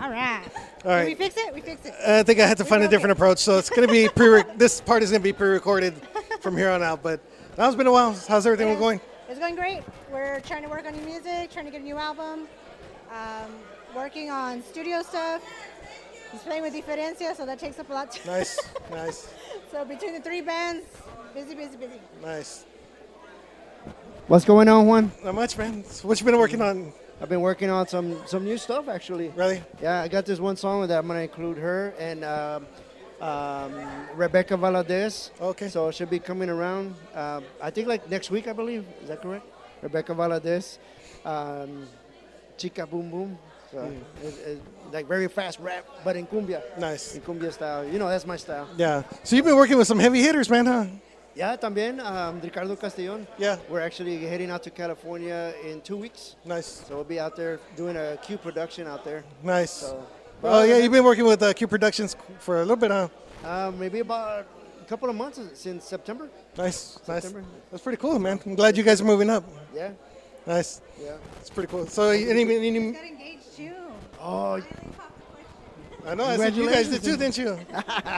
All right. All right. Did we fix it? We fixed it. I think I had to find a okay. different approach, so it's gonna be pre. this part is gonna be pre-recorded from here on out. But now it's been a while. How's everything It's- going? It's going great. We're trying to work on new music, trying to get a new album, um, working on studio stuff. He's playing with Diferencia, so that takes up a lot. of time. Nice, nice, so between the three bands, busy, busy, busy. nice. What's going on, Juan? Not much, man. So what you been working on, I've been working on some some new stuff actually. really? Yeah, I got this one song that I'm gonna include her and um, um, Rebecca Valadez. Okay. So she'll be coming around. Um, I think like next week, I believe. Is that correct? Rebecca Valadez, um, Chica Boom Boom. So it- it- like very fast rap, but in cumbia. Mm. Nice. In cumbia style. You know, that's my style. Yeah. So you've been working with some heavy hitters, man, huh? Yeah, también um, Ricardo Castellón. Yeah. We're actually heading out to California in two weeks. Nice, So we'll be out there doing a Q production out there. nice. So, oh yeah, you've been working with uh, Q Productions for a little bit, huh? uh, maybe about a couple of months since September. Nice, nice. September. That's pretty cool, man. I'm glad you guys are moving up. Yeah, Nice. yeah. It's pretty cool. So any, any, He any got engaged too. Oh, I know. I said you guys did too, didn't you?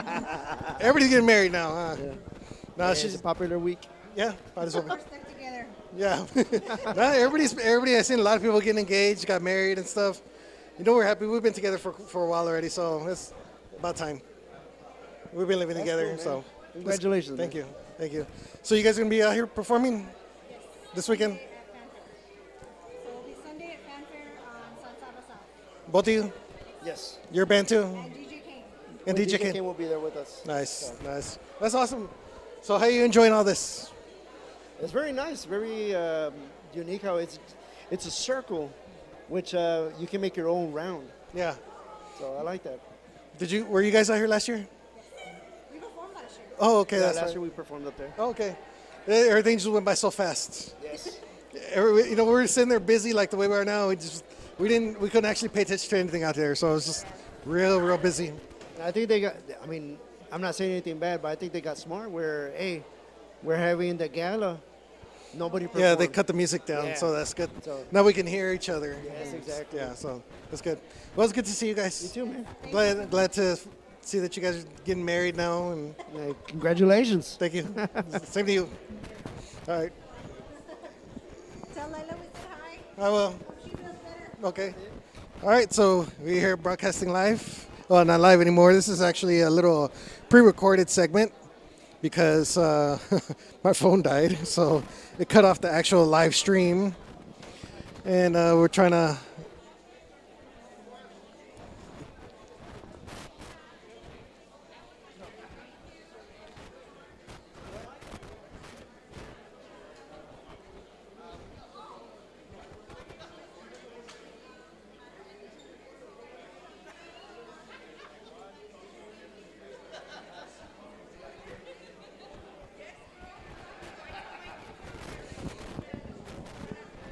Everybody's getting married now, huh? Yeah. No, she's she's a popular week. yeah. Might as well. be. We're stuck together. Yeah. no, everybody's everybody. I've seen a lot of people getting engaged, got married, and stuff. You know, we're happy. We've been together for for a while already, so it's about time. We've been living together, cool, man. so Congratulations, Thank man. you, thank you. So you guys gonna be out here performing this weekend, So it'll be Sunday at Fanfare on San Sabasa. both of you, Yes. your band too, And DJ Kane. and Well, DJ Ken. Kane will be there with us. Nice, nice. That's awesome. So how you enjoying all this? It's very nice, very um, unique. How it's it's a circle, which uh, you can make your own round. Yeah. So I like that. Did you were you guys out here last year? We performed last year. Oh, okay. Yeah, that's last right. year we performed up there. Oh, okay. Eh, Everything just went by so fast. Yes. Every, you know, we were sitting there busy like the way we are now. We just we didn't we couldn't actually pay attention to anything out there. So it was just real real busy. I think they got. I mean, I'm not saying anything bad, but I think they got smart. Where hey, we're having the gala, nobody performed. Yeah, they cut the music down, Yeah. so that's good. So- now we can hear each other. Yes, exactly. Yeah, so that's good. Well, it's good to see you guys. You too, man. Glad glad to see that you guys are getting married now, and Uh, congratulations. thank you. Same to you. All right, Tell Layla we said hi. I will. Hope she feels better. Oh, Okay. All right, so we're here broadcasting live. Well, not live anymore. This is actually a little pre recorded segment because uh, my phone died. So it cut off the actual live stream. And uh, we're trying to.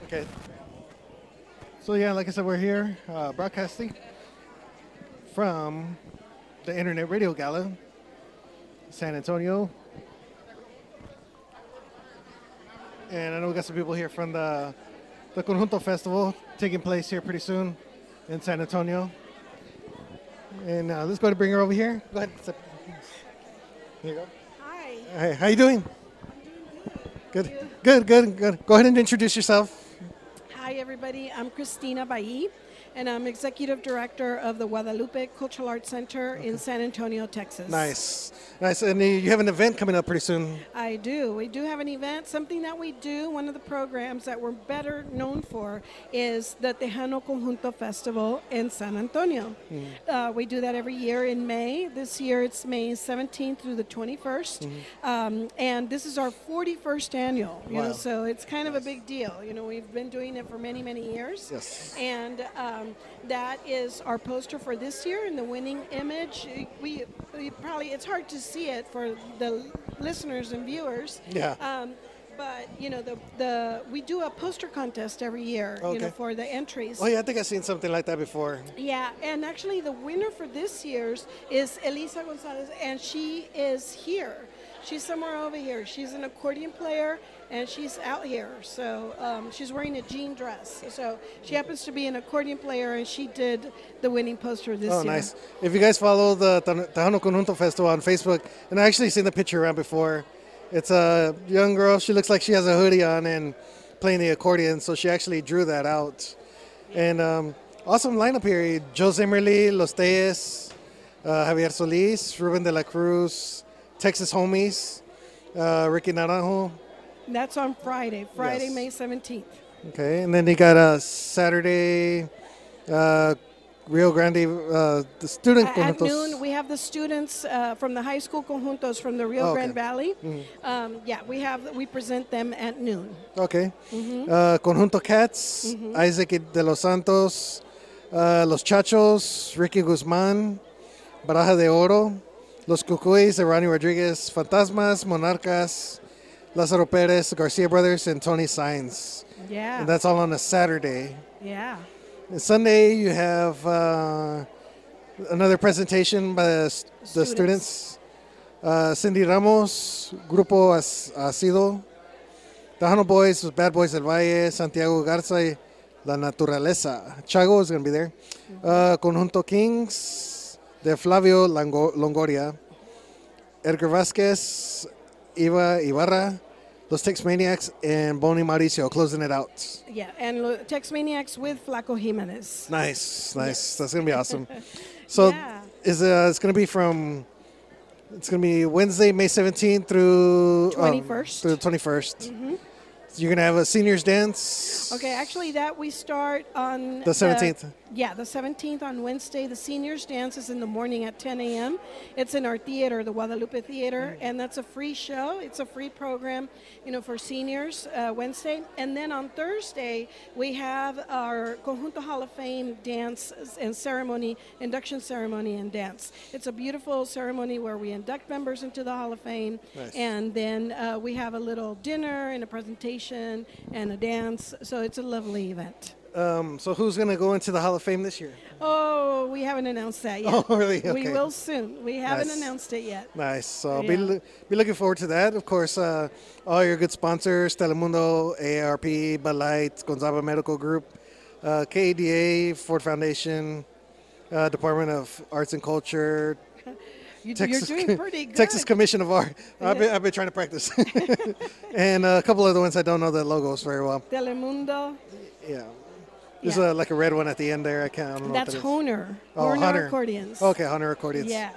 Okay. So, yeah, like I said, we're here uh, broadcasting from the Internet Radio Gala, San Antonio. And I know we got some people here from the, the Conjunto Festival taking place here pretty soon in San Antonio. And uh, let's go to bring her over here. Go ahead. sit. There you go. Hi. Hey, how you doing? Good. Good, good, good. Go ahead and introduce yourself. Hi, everybody. I'm Christina Bailly, and I'm executive director of the Guadalupe Cultural Arts Center in San Antonio, Texas. Nice, nice. And you- you have an event coming up pretty soon. I do. We do have an event. Something that we do, one of the programs that we're better known for, is the Tejano Conjunto Festival in San Antonio. Mm. Uh, we do that every year in May. This year it's May 17th through the 21st. Um, and this is our 41st annual. You Mm-hmm. Wow. know, so it's kind of a big deal. You know, we've been doing it for many, many years. Yes. And um, that is our poster for this year and the winning image. We, we probably, it's hard to see it for the listeners and viewers. Yeah. Um, but, you know, the, the we do a poster contest every year, you Okay. know, for the entries. Oh yeah, I think I've seen something like that before. Yeah, and actually, the winner for this year's is Elisa Gonzalez, and she is here. She's somewhere over here. She's an accordion player and she's out here. So um, she's wearing a jean dress. So she happens to be an accordion player, and she did the winning poster this Oh, year. nice. If you guys follow the Tan- Tejano Conjunto Festival on Facebook, and I actually seen the picture around before, it's a young girl. She looks like she has a hoodie on and playing the accordion, so she actually drew that out. And um, awesome lineup here Jose Merli, Los Tejes, uh, Javier Solis, Ruben de la Cruz, Texas Homies, uh, Ricky Naranjo. That's on Friday, Friday, Yes. May 17th. Okay, and then they got a Saturday. Uh, Rio Grande, uh, the student At- At conjuntos. noon, we have the students uh, from the high school conjuntos from the Rio Oh, okay. Grande Valley. Um, yeah, we have we present them at noon. Okay. Uh, Conjunto Cats, Isaac de los Santos, uh, Los Chachos, Ricky Guzmán, Baraja de Oro, Los Cucuys, Ronnie Rodriguez, Fantasmas, Monarcas, Lázaro Pérez, Garcia Brothers, and Tony Sainz. Yeah, And that's all on a Saturday. yeah. And Sunday, you have uh, another presentation by the, s- the Students. students. Uh, Cindy Ramos, Grupo As- Asido, Tejano Boys, with Bad Boys del Valle, Santiago Garza, y La Naturaleza. Chago is going to be there. Uh, Conjunto Kings, de Flavio Lango- Longoria, Edgar Vasquez, Iva Ibarra, Los Texmaniacs, and Bonnie Mauricio closing it out. Yeah, and Lo- Tex Maniacs with Flaco Jimenez. Nice, nice. That's gonna be awesome. So, Yeah. is uh, it's gonna be from. It's gonna be Wednesday, May seventeenth through um, 21st. through twenty So you're gonna have a seniors dance. Mm-hmm. Okay, actually, that we start on The 17th. yeah, the 17th on Wednesday. The seniors dance is in the morning at 10 a.m. It's in our theater, the Guadalupe Theater, and that's a free show. It's a free program, you know, for seniors uh, Wednesday. And then on Thursday, we have our Conjunto Hall of Fame dance and ceremony, induction ceremony and dance. It's a beautiful ceremony where we induct members into the Hall of Fame, Nice. and then uh, we have a little dinner and a presentation and a dance. So it's a lovely event. Um, so who's gonna go into the Hall of Fame this year? Oh, we haven't announced that yet. Oh, really? We Okay. will soon. We haven't Nice. announced it yet. Nice. So I'll be Yeah. loo- be looking forward to that. Of course, uh, all your good sponsors: Telemundo, AARP, Bud Light, Gonzalo Medical Group, uh, KEDA, Ford Foundation, uh, Department of Arts and Culture, You, Texas, you're doing pretty good. Texas Commission of Art. I've, been, I've been trying to practice. and uh, a couple other ones I don't know the logos very well. Telemundo. Yeah. There's Yeah. a, like a red one at the end there. I can't. I don't know That's what that is. Honer. Oh, Honer, Hunter. accordions. Okay, Hunter accordions. Yeah.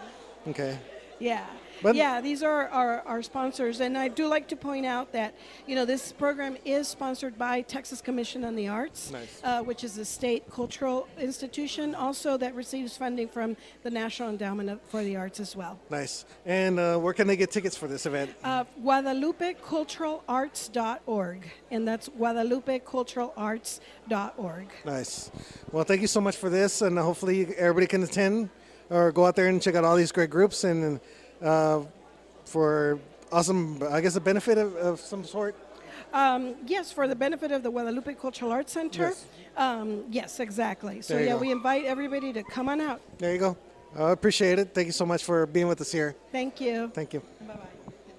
Okay. Yeah. But- yeah, these are our, our sponsors. And I do like to point out that, you know, this program is sponsored by Texas Commission on the Arts, Nice. uh, which is a state cultural institution also that receives funding from the National Endowment of- for the Arts as well. Nice. And uh, where can they get tickets for this event? Uh, GuadalupeCulturalArts.org, and that's GuadalupeCulturalArts.org. Nice. Well, thank you so much for this, and hopefully everybody can attend or go out there and check out all these great groups and uh, for awesome, I guess, a benefit of, of some sort. Um, yes, for the benefit of the Guadalupe Cultural Arts Center. Yes. Um, yes, exactly. So There you yeah, go. we invite everybody to come on out. There you go. I appreciate it. Thank you so much for being with us here. Thank you. Thank you. Bye bye.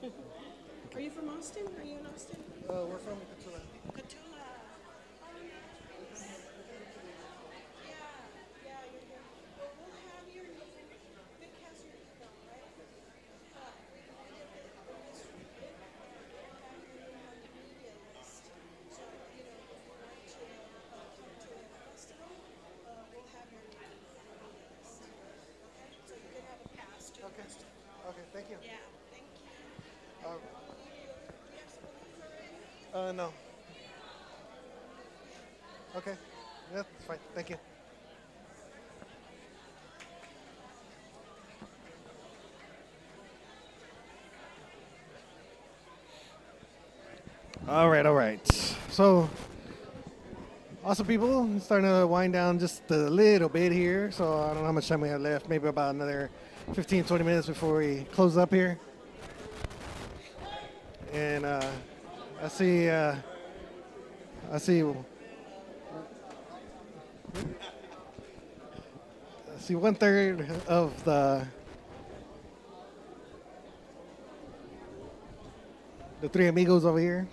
Are you from Austin? Are you in Austin? Uh, we're from Coachella. Okay. Okay. Thank you. Yeah. Thank you. Uh, no. Okay. Yeah, that's fine. Thank you. All right, all right. So, awesome people, it's starting to wind down just a little bit here. So, I don't know how much time we have left. Maybe about another 15, 20 minutes before we close up here. And uh, I see, uh, I see, I see one third of the the three amigos over here.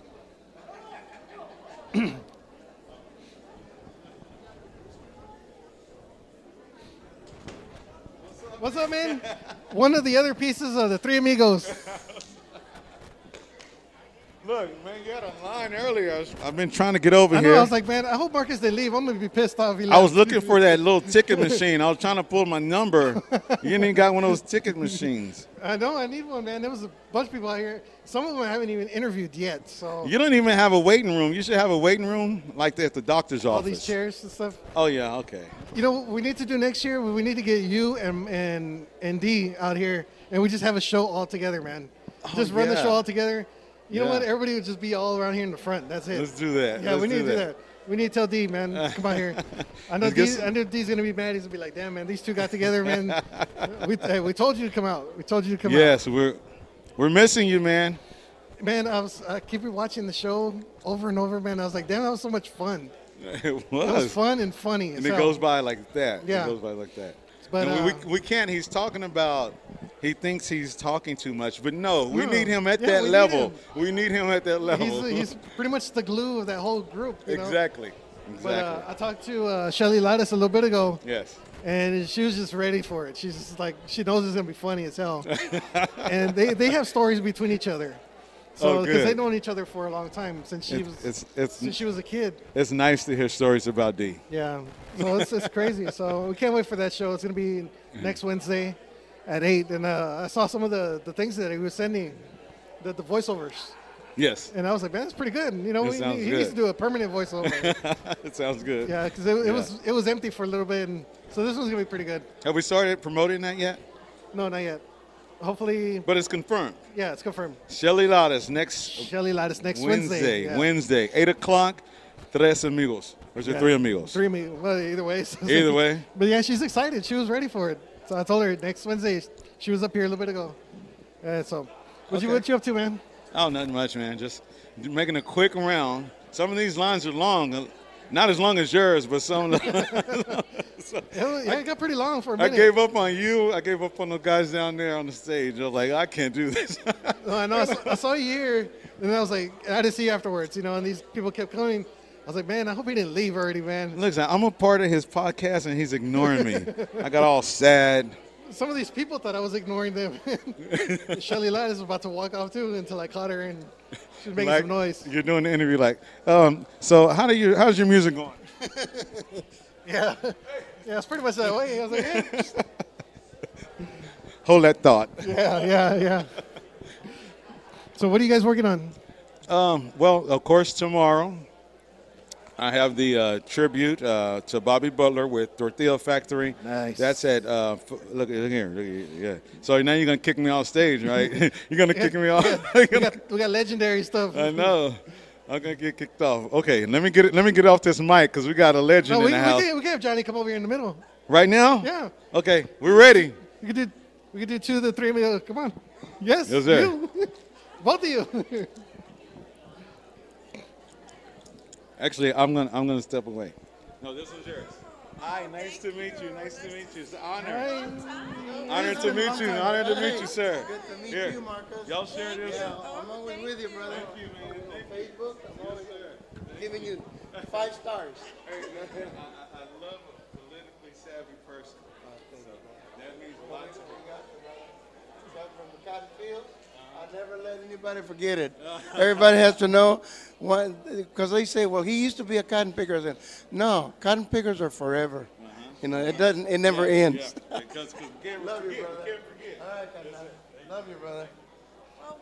What's up, man? One of the other pieces of the Three Amigos. Look, man, you had a line earlier. I was- I've been trying to get over I know. here. I was like, man, I hope Marcus they leave. I'm gonna be pissed off. if he I was left. looking for that little ticket machine. I was trying to pull my number. You ain't even got one of those ticket machines. I know. I need one, man. There was a bunch of people out here. Some of them I haven't even interviewed yet. So You don't even have a waiting room. You should have a waiting room like that at the doctor's all office. these chairs and stuff. Oh yeah, okay. You know what we need to do next year? We need to get you and and and D out here, and we just have a show all together, man. just run the Oh, yeah. show all together. You know Yeah. what? Everybody would just be all around here in the front. That's it. Let's do that. Yeah, Let's we need do to do that. that. We need to tell D, man, come out here. I know Let's get D, some- I know D's gonna be mad. He's gonna be like, damn, man, these two got together, man. we, hey, we told you to come out. We told you to come out. Yes, we're we're missing you, man. Man, I was I keep watching the show over and over, man. I was like, damn, that was so much fun. It was. It was fun and funny. And it goes by like that. Yeah. It goes by like that. But, But we, uh, we, we can't. He's talking about. He thinks he's talking too much, but no, we No. need him at Yeah, that we need level. him. We need him at that level. He's, he's pretty much the glue of that whole group. You know? exactly. Exactly. But uh, I talked to uh, Shelly Lattis a little bit ago, yes. and she was just ready for it. She's just like, she knows it's gonna be funny as hell. and they, they have stories between each other, so Oh, because they've good. known each other for a long time since she It- was it's- it's- since she was a kid. It's nice to hear stories about D. Yeah, so it's, it's crazy. So we can't wait for that show. It's gonna be next Wednesday at eight. And uh, I saw some of the, the things that he was sending, the, the voiceovers, Yes. and I was like, man, that's pretty good. You know, It we, he sounds needs to good. do a permanent voiceover. it sounds good. yeah, because it, it was it was empty for a little bit, and so this one's gonna be pretty good. Have we started promoting that yet? No, not yet. Hopefully, But it's confirmed. yeah, it's confirmed. Shelly Lattis next Shelly Lattis next Wednesday. Wednesday. yeah. Wednesday, eight o'clock. Tres amigos. Or is it Yeah. three amigos? Three amigos. Well, either way. so- Either way. But yeah, she's excited. She was ready for it. So I told her next Wednesday. She was up here a little bit ago. Uh, so, what you Okay. what you up to, man? Oh, nothing much, man. Just making a quick round. Some of these lines are long, not as long as yours, but some. Of the, It, was- it got pretty long for a I minute. gave up on you. I gave up on the guys down there on the stage. I was like, I can't do this. No, Oh, I know. I saw, I saw you here, and I was like, and I didn't see you afterwards, you know. And these people kept coming. I was like, man, I hope he didn't leave already, man. Looks, I'm a part of his podcast, and he's ignoring me. I got all sad. Some of these people thought I was ignoring them. Shelly Ladd is about to walk off too until I caught her and she was making Like, some noise. You're doing the interview like, um, so how do you? How's your music going? Yeah, yeah, it's pretty much that way. I was like, eh. Hold that thought. yeah, yeah, yeah. So, what are you guys working on? Um, well, of course, tomorrow I have the uh, tribute uh, to Bobby Butler with Tortilla Factory. Nice. That's at uh, f- look, look here. Look, here, yeah. So now you're gonna kick me off stage, right? you're gonna kick me off. You're We gonna- got, we got legendary stuff. I know. I'm gonna get kicked off. Okay, let me get let me get off this mic because we got a legend No, Oh, we, we, in the house can, we can have Johnny come over here in the middle. right now. Yeah. Okay, we're ready. We could do, we could do two of the three. of you. Come on. Yes. Yes, sir. you. Both of you. Actually, I'm gonna I'm gonna step away. No, this is yours. Hi, nice to meet you. Nice to meet you. It's an honor. Honored to meet you. Honored to meet you, sir. Good to meet Here. you, Marcus. Y'all share this. Yeah, I'm always with you, brother. Thank you, man. Thank you. Facebook, I'm always giving you five stars. Hey, man, I, I I love a politically savvy person. So that means a lot to me. Come from the cotton field. I never let anybody forget it. Everybody has to know because they say, "Well, he used to be a cotton picker." I said, "No, cotton pickers are forever. You know, it doesn't. It never ends." Uh-huh. Yeah, because 'cause we can't Love you, forget. brother. We can't forget. All right, carnal. Love you, brother.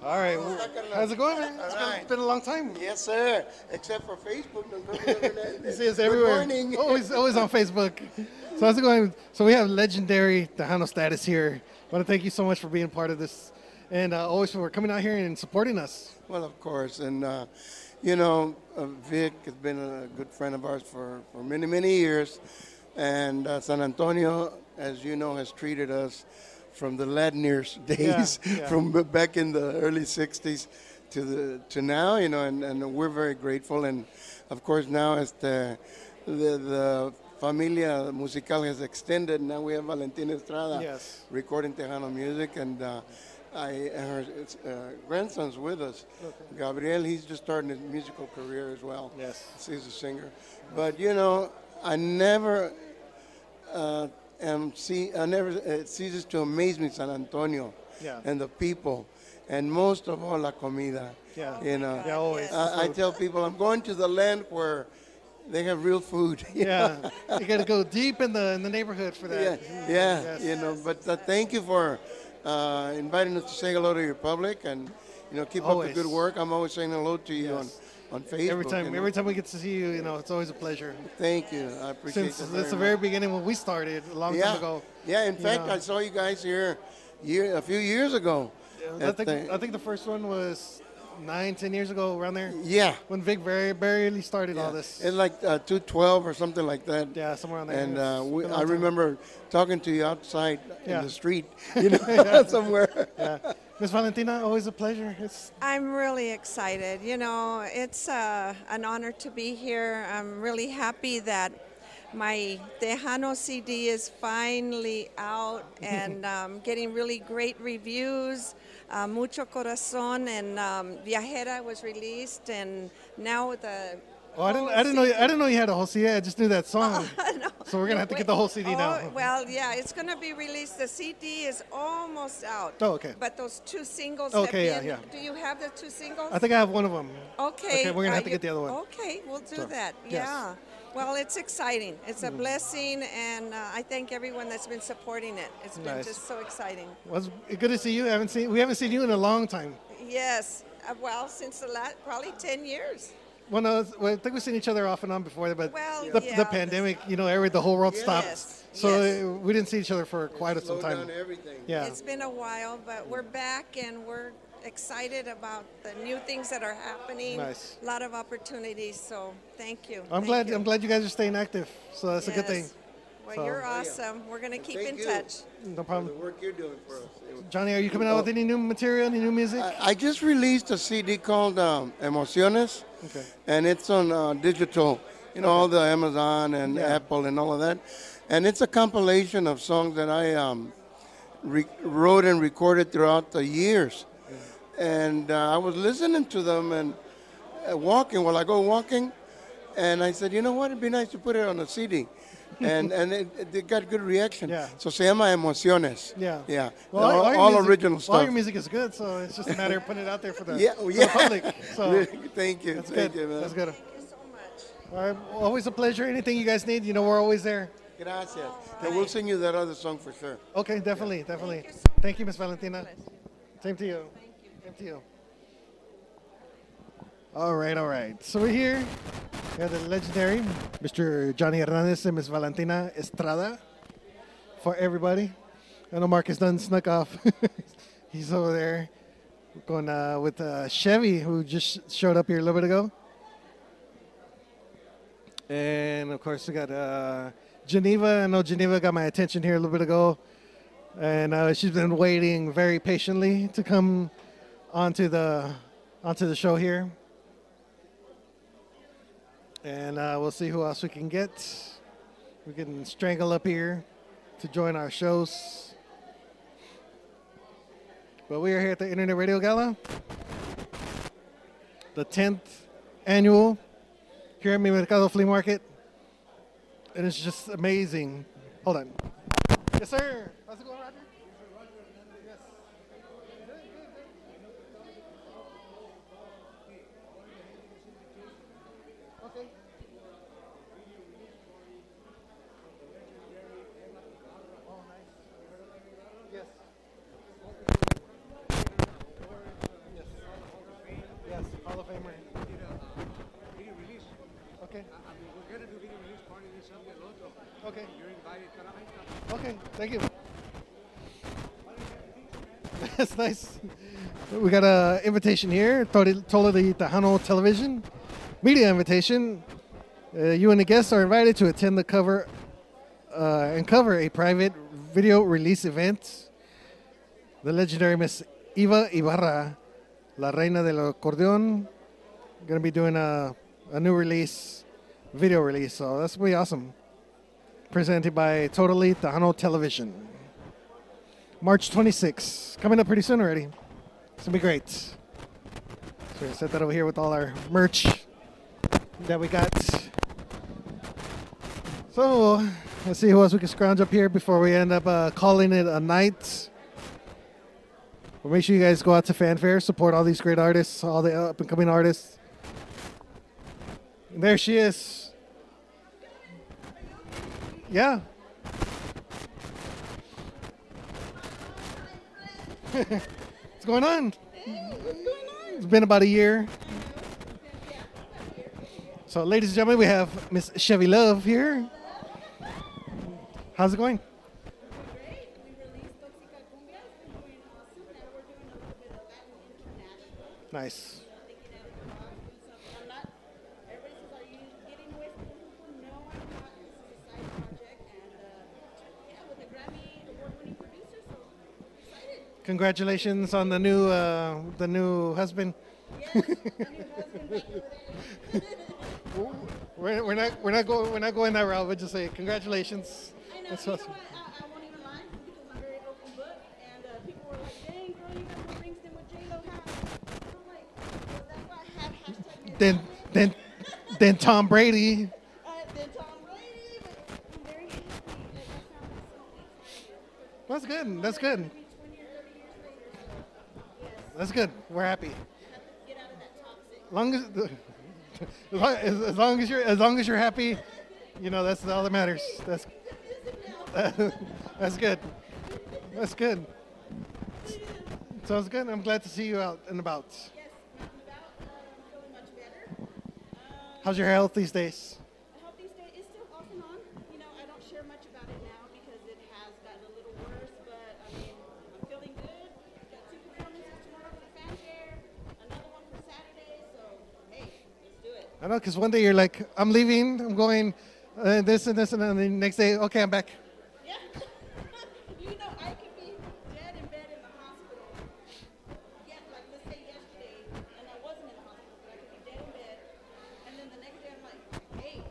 All right. well, how's it going, man? It's All been, right. been a long time. Yes, sir. Except for Facebook, don't come over there. You see us everywhere. Good morning. Always, always on Facebook. So how's it going? So we have legendary Tejano status here. I want to thank you so much for being part of this, and uh, always for coming out here and supporting us. Well, of course, and uh, you know, uh, Vic has been a good friend of ours for, for many, many years, and uh, San Antonio, as you know, has treated us from the Ladner's days, yeah. from b- back in the early '60s to the to now, you know, and, and we're very grateful, and of course now as the the, the familia musical has extended, now we have Valentina Estrada Yes. recording Tejano music, and uh, I and her it's, uh, grandson's with us. Gabriel, he's just starting his musical career as well. Yes. he's a singer. But you know, I never uh, and see, I never uh, it ceases to amaze me San Antonio Yeah. and the people, and most of all la comida. Yeah. you know. Yeah, always. I, I tell people I'm going to the land where they have real food. Yeah, you got to go deep in the in the neighborhood for yeah, that. yeah, Yes. you know. But uh, thank you for uh, inviting us to say hello to your public, and you know, keep up Always. the good work. I'm always saying hello to you Yes. on, on Facebook. Every time, and every time we get to see you, you know, it's always a pleasure. Thank you. I appreciate Since that since the very very much. beginning when we started a long yeah. time ago. Yeah. In you fact, know. I saw you guys here, year a few years ago. I at think uh, the- I think the first one was nine, ten years ago, around there. yeah. When Vic very barely started all Yeah. this. It's like uh, 212 or something like that. Yeah, somewhere on there. And It's uh, we, been a I long time. remember talking to you outside Yeah. in the street, you know, somewhere. yeah. Miss Valentina, always a pleasure. It's I'm really excited. You know, it's uh, an honor to be here. I'm really happy that my Tejano CD is finally out and um, getting really great reviews. Uh, Mucho Corazon and um, Viajera was released, and now the. oh, I didn't, whole I didn't know, you, CD I didn't know you had a whole CD. I just knew that song. So we're gonna have to get the whole CD oh, now. Well, yeah, it's gonna be released. The CD is almost out. Oh, okay. But those two singles. Okay, yeah, have been, yeah. Do you have the two singles? I think I have one of them. Okay. Okay, we're gonna uh, have to you- get the other one. Okay, we'll do So, that. yes. Mm-hmm. Yeah. Well, it's exciting. It's a blessing, and uh, I thank everyone that's been supporting it. It's been Nice. just so exciting. Was good to see you. I haven't seen, we haven't seen you in a long time. Yes. Uh, well, since the last probably ten years. Well, no, it's- well, I think we've seen each other off and on before, but Well, the, yeah, the this- pandemic, you know, every, the whole world stopped. Yes, So yes. uh, we didn't see each other for quite some Slow time. down everything. Yeah. It's been a while, but we're back, and we're excited about the new things that are happening. Nice. A lot of opportunities. So thank you. I'm Thank glad. you. I'm glad you guys are staying active. So that's a good thing. Yes. Well, So- you're awesome. We're gonna keep thank in you. touch. No The problem. work you're doing for us. Johnny, are you coming out with any new material, any new music? I, I just released a CD called um, Emociones, Okay. and it's on uh, digital, you know, all the Amazon and Yeah. Apple and all of that. And it's a compilation of songs that I um, re- wrote and recorded throughout the years. And uh, I was listening to them and uh, walking while I go walking, and I said, you know what, it'd be nice to put it on a CD. and and it, it got good reaction. Yeah. So se llama Emociones. yeah. Yeah. Well, all your all music- original well, stuff. All your music is good, so it's just a matter of putting it out there for the, Yeah, for yeah. the public. So thank you. that's thank good. you, man. that's good. Thank you so much. All right. well, Always a pleasure. Anything you guys need, you know, we're always there. Gracias. And we'll sing you that other song for sure. Okay, definitely, definitely. you so Thank you, Miss Valentina. Same to you. Same to you. All right, all right. So we're here. We have the legendary Mr. Johnny Hernandez and Miss Valentina Estrada for everybody. I know Marcus done snuck off. He's over there going uh, with uh, Chevy, who just showed up here a little bit ago. And of course, we got uh, Geneva. I know Geneva got my attention here a little bit ago. And uh, she's been waiting very patiently to come onto the onto the show here. And uh, we'll see who else we can get. We can strangle up here to join our shows. But we are here at the Internet Radio Gala, the 10th annual here at Mi Mercado Flea Market. And it's just amazing. Hold on. Yes, sir. How's it going, Roger? Yes. Good, good, good. Okay. Oh, nice. Yes. Yes. Yes, Hall of Famer. Okay. Okay. Okay, thank you. That's nice. We got a invitation here, Tori- Tola de Tejano Television, media invitation. Uh, you and the guests are invited to attend the cover uh, and cover a private video release event. The legendary Miss Eva Ibarra, La Reina del Acordeon, gonna be doing a, a new release, video release. So that's gonna be awesome. Presented by Totally Tejano Television. March 26th, coming up pretty soon already. It's gonna be great. So we're gonna set that over here with all our merch that we got. So Let's see who else we can scrounge up here before we end up uh, calling it a night. Well, make sure you guys go out to Fanfare, support all these great artists, all the up and coming artists. And there she is. Yeah. What's going on? It's been about a year. So, ladies and gentlemen, we have Miss Chevy Love here. How's it going? Nice. Congratulations on the new uh, the new husband. We're, we're not we're not going we're not going that route. We'll just say congratulations. I know, That's you awesome. know what? I, I won't even lie because I'm a very open book, and uh, people were like, "Dang, girl, you got more rings than what J Lo has." And I'm like, well, that's why I have hashtag Miss Then Woman, then then Tom Brady. uh, then Tom Brady, but I'm very happy that I found myself. That's good. That's good. That's good. We're happy. Long as, as long- as, as long as you're as long as you're happy, you know that's all that matters. That's that's good. That's good. Sounds good. I'm glad to see you out and about. Yes, out and about, um, feeling much better. Um, How's your health these days? Healthy state is still off and on. You know, I don't share much about it now because it has gotten a little worse, but I mean, I'm feeling good. Got two performances tomorrow for the fanfare, another one for Saturday, so hey, let's do it. I know, because one day you're like, I'm leaving, I'm going, uh, this and this, and then the next day, okay, I'm back. Yeah. you know, I could be dead in bed in the hospital. Yes, like let's say yesterday, and I wasn't in the hospital, but I could be dead in bed. And then the next day, I'm like, hey,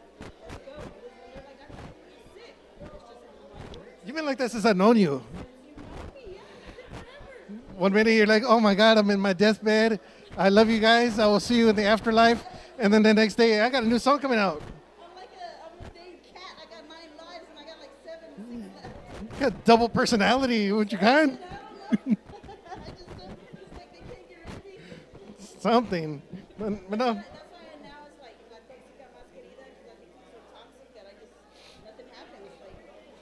let's go. And they're like, I'm not even sick. It's just like, You've been like that since I've known you. you know me, yeah, whatever. One minute you're like, oh my God, I'm in my deathbed. I love you guys. I will see you in the afterlife. And then the next day, I got a new song coming out. I'm like a, I'm a dang cat. I got nine lives and I got like seven, six left. You got double personality, what you got? You know, I don't know. I just don't, it's like they can't get rid of me. Something. But, but no, That's why I now it's like, la tóxica más querida, because I become so toxic that I just, nothing happens. Like,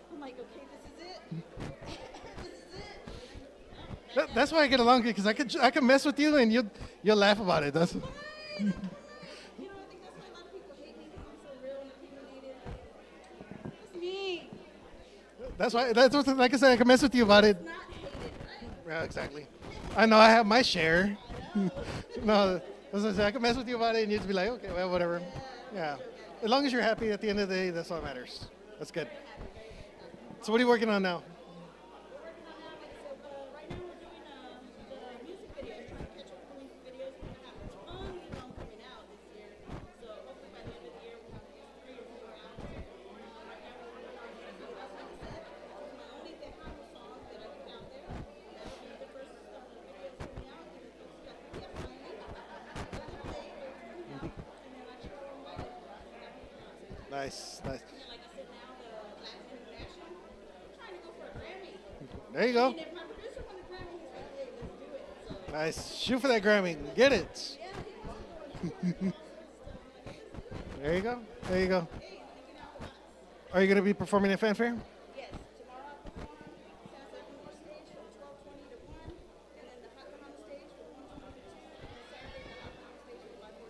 I'm like, okay, this is it. this is it. that, that's why I get along because I could I could mess with you and you you'll laugh about it. That's You know, I think that's why a lot of people hate me because I'm so real and opinionated. That's me. that's why that's what like I said I can mess with you about it. Not hated, right? Yeah, exactly. I know I have my share. no, that's what I, said. I can mess with you about it, and you'd be like, okay, well, whatever. Yeah. As long as you're happy at the end of the day, that's all that matters. That's good. So, what are you working on now? Nice, nice. There you go. Nice. Shoot for that Grammy. Get it. there you go. There you go. Are you going to be performing at Fanfare? Yes, tomorrow I'll perform Southside Boudoir Stage from 12:20 to 1, and then the Hot Mama Stage from 1:20 to 2, and Saturday the Hot Mama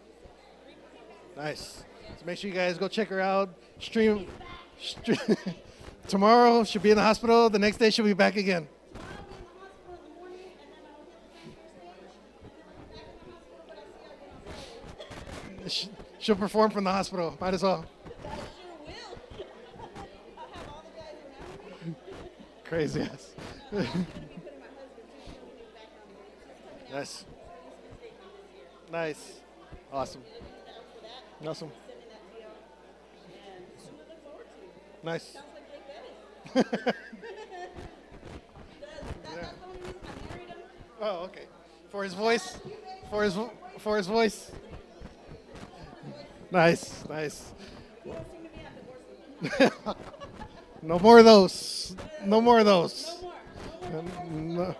Stage from 5:40 to 6. Nice. Three performances. So make sure you guys go check her out. Stream. stre Tomorrow she'll be in the hospital. The next day she'll be back again. Tomorrow I'll be in the hospital in the morning, and then I'll hit the Boudoir Stage, and then I'll be back in the hospital, but I see I'll be on Saturday. Sh- She'll perform from the hospital. Might as well. I sure will. I'll have all the guys around me. Crazy ass. I'll be putting my husband too, he's gonna do background noise. He's coming out Nice. for his state from this year. Nice. Awesome. He's gonna do that for that, Awesome. sending that deal, and it's something to look forward to. Nice. Sounds like Jake Bettis. Does- that- That's the only reason I married him. Oh, okay. For his voice. For his vo- for his voice. Nice. Nice. He don't seem to be at divorce. No more of those. No more of those. No,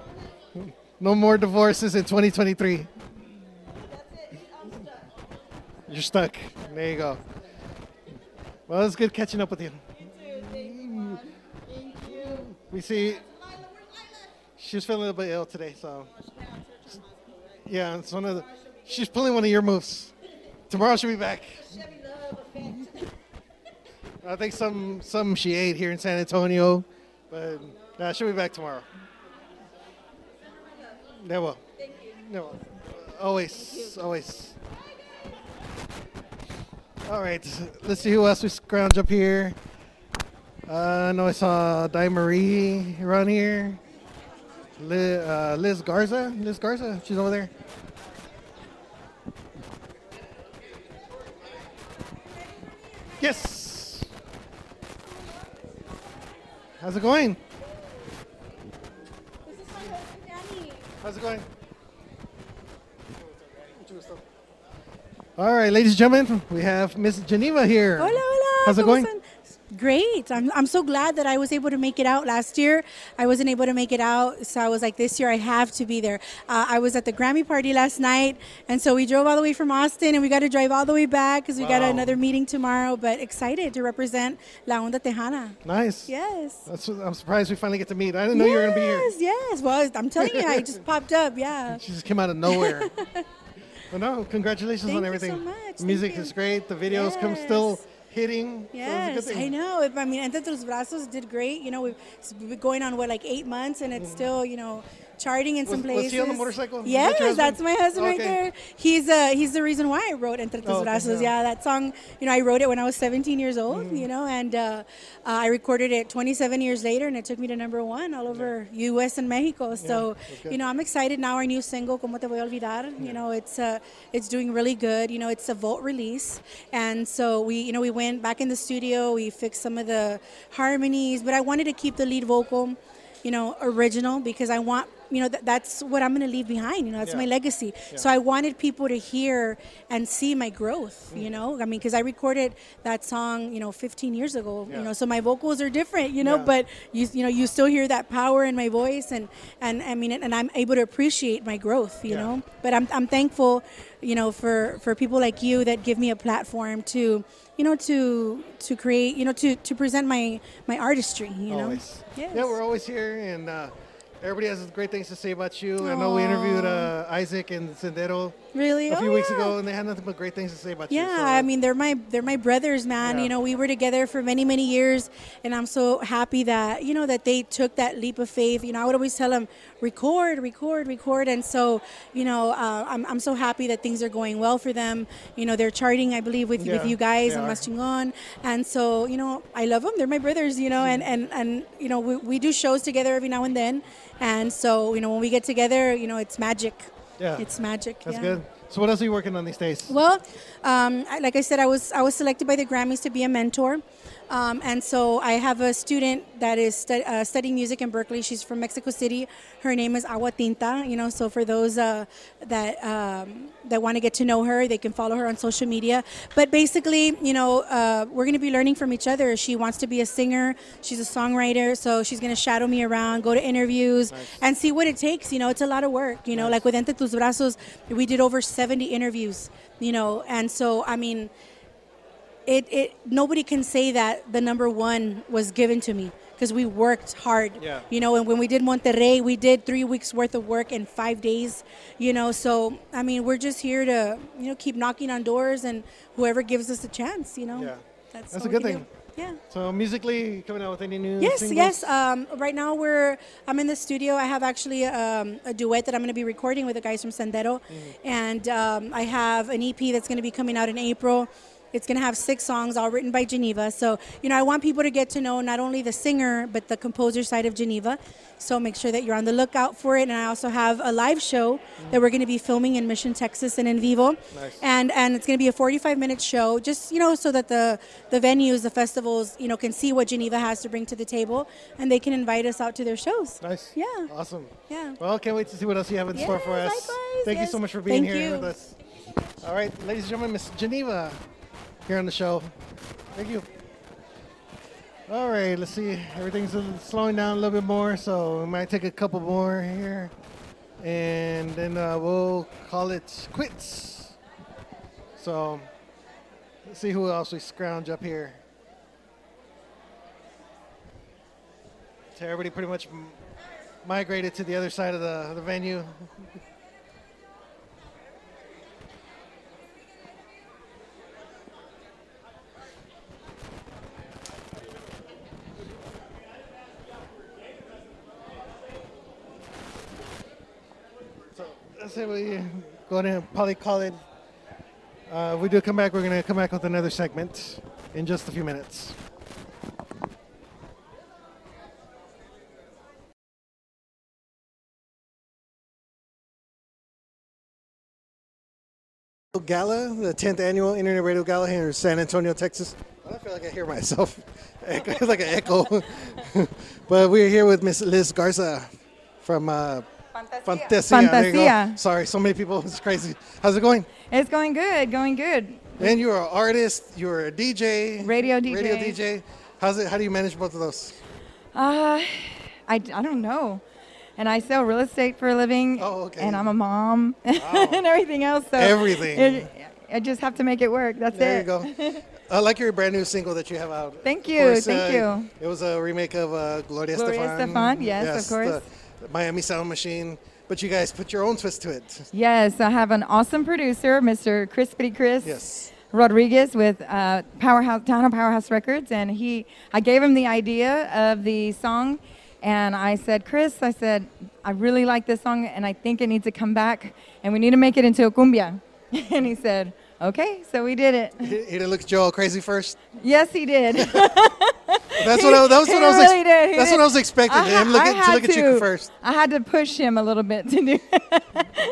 no more divorces in 2023. You're stuck. There you go. Well, it's good catching up with you. We see she was feeling a little bit ill today, so yeah, it's one of the. She's pulling one of your moves. Tomorrow she'll be back. I think some some she ate here in San Antonio, but nah, she'll be back tomorrow. They will. They will. Always, always. All right, let's see who else we scrounge up here. Uh, I know I saw Di Marie around here. Liz, uh, Liz Garza. Liz Garza. She's over there. Yes. How's it going? This is my husband, Danny. How's it going? All right, ladies and gentlemen, we have Miss Geneva here. Hola, hola. How's it ¿cómo going? están? Great. I'm, I'm so glad that I was able to make it out last year. I wasn't able to make it out, so I was like, this year I have to be there. Uh, I was at the Grammy party last night, and so we drove all the way from Austin, and we got to drive all the way back because we got Wow. another meeting tomorrow. But excited to represent La Onda Tejana. Nice. Yes. That's, I'm surprised we finally get to meet. I didn't know you were going to be here. Yes, yes. Well, I'm telling you, I just popped up. Yeah. She just came out of nowhere. but no, congratulations Thank on you everything. so much. Music Thank you. is great. The videos come still Yes. hitting. so it's Yes, a good I thing. know. If- I mean, Entre Tus Brazos did great. You know, we've it's been going on, what, like eight months, and it's still, you know, charting in some Mm-hmm. Was- was places. he on the motorcycle? Was that your Yes, husband? that's my husband right Okay. there. He's uh, he's the reason why I wrote Entre Tus Oh, okay, Brazos. yeah. Yeah. that song, you know, I wrote it when I was 17 years old, you know, and uh, uh, I recorded it 27 years later, and it took me to number one all over U.S. and Mexico. So, good. you know, I'm excited now. Our new single, Como Te Voy a Olvidar, you know, it's uh, it's doing really good. You know, it's a vote release, and so we, you know, we went back in the studio, we fixed some of the harmonies, but I wanted to keep the lead vocal, you know, original because I want, you know, th- that's what I'm going to leave behind. You know, that's my Yeah. legacy. So I wanted people to hear and see my growth. Mm-hmm. You know, I mean, because I recorded that song, you know, 15 years ago. Yeah. You know, so my vocals are different. You know, Yeah. but you you know you still hear that power in my voice, and and I mean, and I'm able to appreciate my growth. You Yeah. know, but I'm I'm thankful, you know, for for people like you that give me a platform to. You know, to to create, you know, to to present my my artistry. You know, Always. Yes. Yeah, we're always here, and uh, everybody has great things to say about you. I know we interviewed uh, Isaac and Sendero really a few Oh, weeks yeah. ago, and they had nothing but great things to say about you. Yeah, so- I mean they're my they're my brothers, man. Yeah. You know, we were together for many many years, and I'm so happy that you know that they took that leap of faith. You know, I would always tell them record, record, record, and so you know uh, I'm I'm so happy that things are going well for them. You know, they're charting, I believe, with Yeah, with you guys they and are. Mas Chingon, and so you know I love them. They're my brothers. You know, Mm-hmm. and and and you know we, we do shows together every now and then, and so you know when we get together, you know it's magic. Yeah. it's magic. That's yeah. good. So, what else are you working on these days? Well, um, I- like I said, I was I was selected by the Grammys to be a mentor, um, and so I have a student that is stu- uh, studying music in Berkeley. She's from Mexico City. Her name is Agua Tinta. You know, so for those uh, that um, that want to get to know her, they can follow her on social media. But basically, you know, uh, we're going to be learning from each other. She wants to be a singer. She's a songwriter, so she's going to shadow me around, go to interviews, and see what it takes. You know, it's a lot of work. You know, like with Entre Tus Brazos, we did over 70 interviews. You know, and so I mean, it, it nobody can say that the number one was given to me because we worked hard Yeah. you know and when we did monterrey we did three weeks worth of work in five days you know so i mean we're just here to you know keep knocking on doors and whoever gives us a chance you know Yeah. That's all a good we can thing. do. yeah So, musically, you coming out with any new Yes, singles? yes. Um, right now, we're I'm in the studio. I have actually um, a duet that I'm going to be recording with the guys from Mm. Sendero, and um, I have an EP that's going to be coming out in April. It's going to have six songs, all written by Geneva. So, you know, I want people to get to know not only the singer but the composer side of Geneva. So, make sure that you're on the lookout for it. And I also have a live show that we're going to be filming in Mission, Texas, and in Vivo. Nice. And and it's going to be a 45 minute show, just you know, so that the the venues, the festivals, you know, can see what Geneva has to bring to the table, and they can invite us out to their shows. Nice. Yeah. Awesome. Yeah. Well, can't wait to see what else you have in store for Yeah, us. likewise, Thank you yes. so much for being Thank here you. with us. All right, ladies and gentlemen, Miss Geneva here on the show. Thank you. All right, let's see. Everything's a- slowing down a little bit more, so we might take a couple more here. And then uh, we'll call it quits. So, let's see who else we scrounge up here. So, everybody pretty much m- migrated to the other side of the, the venue. Let's see we go ahead and probably call it. Uh, if we do come back, we're going to come back with another segment in just a few minutes. Gala, the 10th annual Internet Radio Gala here in San Antonio, Texas. I feel like I hear myself. Echo- it's like an echo. but we're here with Miss Liz Garza from uh, Fantasia. There you go. Fantasia. Sorry, so many people. It's crazy. How's it going? It's going good, going good. And you're an artist. You're a DJ. Radio DJ. Radio DJ. How's it? How do you manage both of those? Uh, I, I don't know. And I sell real estate for a living. Oh, okay. And I'm a mom and everything else. So Everything. it- I just have to make it work. That's There you it. go. I like your brand new single that you have out. Thank Of uh, you, thank you. It was a remake of uh, Gloria, Gloria Estefan. Estefan, yes, of course. the Miami Sound Machine. But you guys put your own twist to it. Yes, I have an awesome producer, Mr. Crispity Chris Yes. Rodriguez with uh, Powerhouse Town Powerhouse Records, and he I gave him the idea of the song, and I said, Chris, I said I really like this song, and I think it needs to come back, and we need to make it into a cumbia, and he said, okay, so we did it. He, he didn't look at you all crazy first. yes, he did. That's what I, that's He what I was. ex- really did, he that's did. what I was expecting. I him ha- look I at, to had look at you first. I had to push him a little bit to do.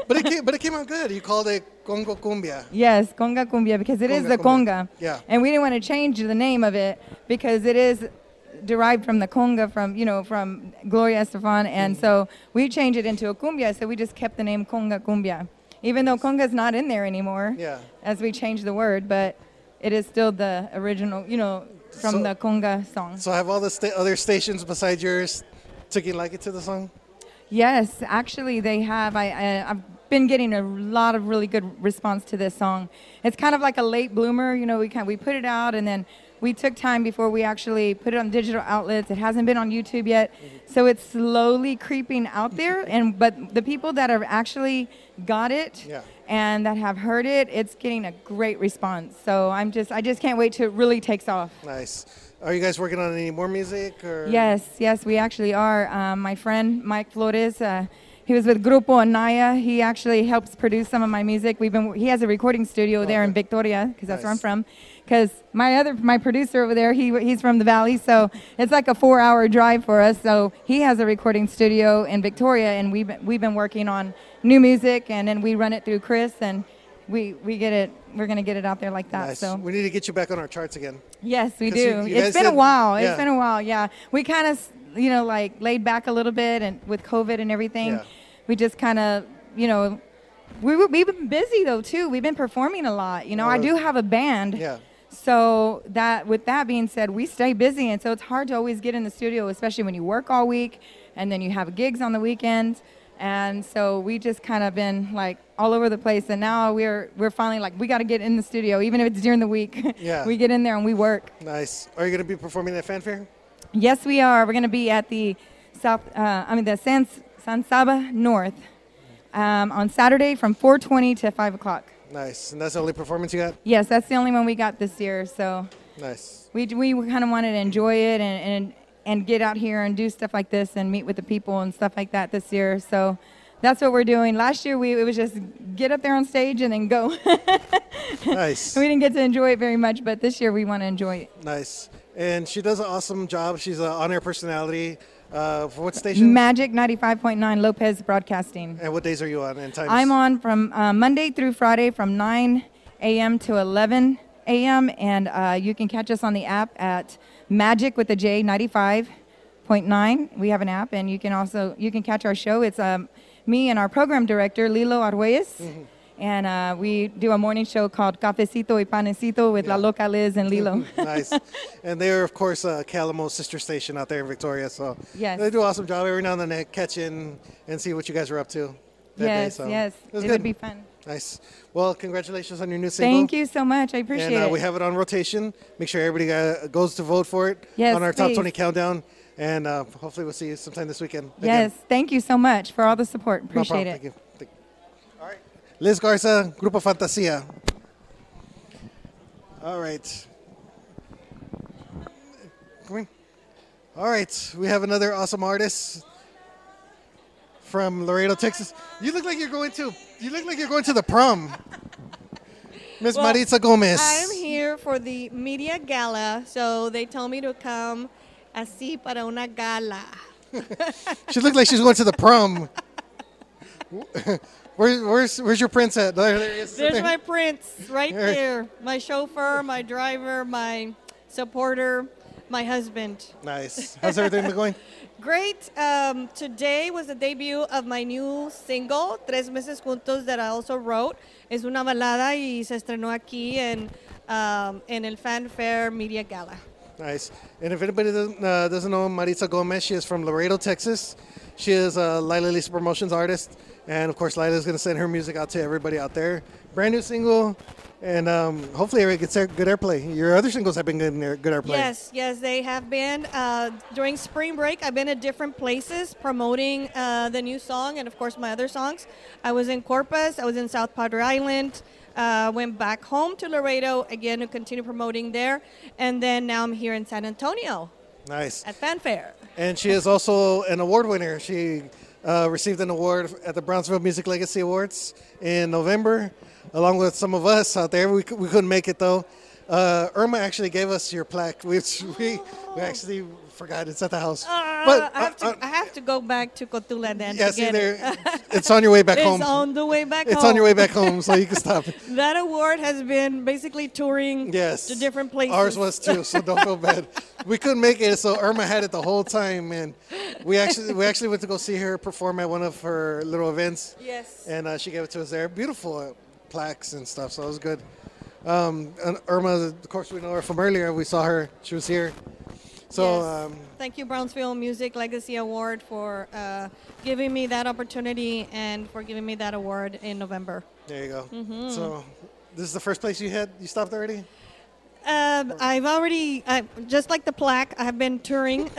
But it came, but it came out good. You called it Congo Cumbia. Yes, Conga Cumbia, because it is Conga the Cumbia. Conga. Yeah. And we didn't want to change the name of it because it is derived from the Conga from, you know, from Gloria Estefan. And Mm. so we changed it into a Cumbia, so we just kept the name Conga Cumbia. Even though Conga's not in there anymore Yeah. as we changed the word, but it is still the original, you know, from So- the Conga song. So have all the sta- other stations besides yours taking like it to the song? Yes, actually, they have. I, I I've been getting a lot of really good response to this song. It's kind of like a late bloomer, you know. We kind we put it out, and then we took time before we actually put it on digital outlets. It hasn't been on YouTube yet, so it's slowly creeping out there. And but the people that have actually got it Yeah. and that have heard it, it's getting a great response. So I'm just I just can't wait till it really takes off. Nice. Are you guys working on any more music? Or? Yes, yes, we actually are. Um, my friend Mike Flores, uh, he was with Grupo Anaya. He actually helps produce some of my music. We've been. He has a recording studio there in Victoria, because that's where I'm Nice. from. Because my other my producer over there, he he's from the valley, so it's like a four-hour drive for us. So he has a recording studio in Victoria, and we've been, we've been working on new music, and then we run it through Chris, and we we get it. We're gonna get it out there like that. Nice. So We need to get you back on our charts again. Yes, we 'Cause do. you- you guys it's been a said- while. yeah. It's been a while. Yeah, we kind of, you know, like laid back a little bit, and with COVID and everything, Yeah. we just kind of, you know, we were, we've been busy though too. We've been performing a lot. You know, I do have a band. Yeah. So that, with that being said, we stay busy, and so it's hard to always get in the studio, especially when you work all week, and then you have gigs on the weekends. And so we just kind of been like all over the place, and now we're we're finally like we got to get in the studio, even if it's during the week. Yeah. we get in there and we work. Nice. Are you going to be performing at Fanfare? Yes, we are. We're going to be at the South. Uh, I mean, the San, San Saba North um, on Saturday from 4:20 to 5 o'clock. Nice. And that's the only performance you got? Yes, that's the only one we got this year. So Nice. we we kind of wanted to enjoy it and, and and get out here and do stuff like this and meet with the people and stuff like that this year. So that's what we're doing. Last year we it was just get up there on stage and then go. we Nice. didn't get to enjoy it very much, but this year we want to enjoy it. nice. And she does an awesome job. She's an on air personality. Uh, for what station? Magic 95.9 Lopez Broadcasting. and what days are you on? And times? I'm on from uh, Monday through Friday from 9 a.m. to 11 a.m. And uh, you can catch us on the app at Magic with a J 95.9. We have an app, Mm-hmm. and you can also you can catch our show. It's um, me and our program director Lilo Arguelles. And uh, we do a morning show called Cafecito y Panecito with La Loca Liz and Lilo. nice. And they're, of course, uh, Calamo's sister station out there in Victoria. So Yes. they do an awesome job. Every now and then they catch in and see what you guys are up to. that day. yes, So yes. It was it good. would be fun. Nice. Well, congratulations on your new single. Thank you so much. I appreciate and uh, it. we have it on rotation. Make sure everybody uh, goes to vote for it Yes, on our top please. 20 countdown. And uh, hopefully we'll see you sometime this weekend. again. yes, thank you so much for all the support. No problem. Appreciate it. Thank you. Thank you. All right. Liz Garza, Grupo Fantasia. All right. Come in. All right. We have another awesome artist from Laredo, Texas. You look like you're going to you look like you're going to the prom. Miss Well, Maritza Gomez. I'm here for the media gala, so they told me to come así para una gala. She looked like she's going to the prom. Where, where's where's your prince at? There, there he is. There's There. my prince right There. there. My chauffeur, my driver, my supporter, my husband. Nice. How's everything been going? Great. Um, today was the debut of my new single, Tres Meses Juntos, that I also wrote. Es una balada y se estrenó aquí en, um, en el Fanfare Media Gala. Nice. And if anybody doesn't, uh, doesn't know Maritza Gomez, she is from Laredo, Texas. She is a Lila Lisa Promotions artist. And of course, Lila's going to send her music out to everybody out there. Brand new single. And um, hopefully, it gets air- good airplay. Your other singles have been getting air- good airplay. Yes, yes, they have been. Uh, during spring break, I've been at different places promoting uh, the new song and, of course, my other songs. I was in Corpus, I was in South Padre Island, uh, went back home to Laredo again to continue promoting there, and then now I'm here in San Antonio Nice. at Fanfare. And she is also an award winner. She uh, received an award at the Brownsville Music Legacy Awards in November, along with some of us out there. We, cou- we couldn't make it though. Uh, Irma actually gave us your plaque, which we, we actually forgot. It's at the house. Uh, I, have to, I have to go back to Cotula then. yeah, to see get there. it. It's on your way back it's home. on the way back it's home. on your way back home, so you can stop. That award has been basically touring Yes. to different places. Ours was too, so don't feel bad. We couldn't make it, so Irma had it the whole time, and we actually we actually went to go see her perform at one of her little events. Yes. And uh, she gave it to us there. Beautiful uh, plaques and stuff, so it was good. Um, and Irma, of course, we know her from earlier. We saw her; she was here. So Yes. um, Thank you, Brownsville Music Legacy Award, for uh, giving me that opportunity and for giving me that award in November. there you go. Mm-hmm. So this is the first place you had you stopped already. Um, I've already, uh, just like the plaque, I've been touring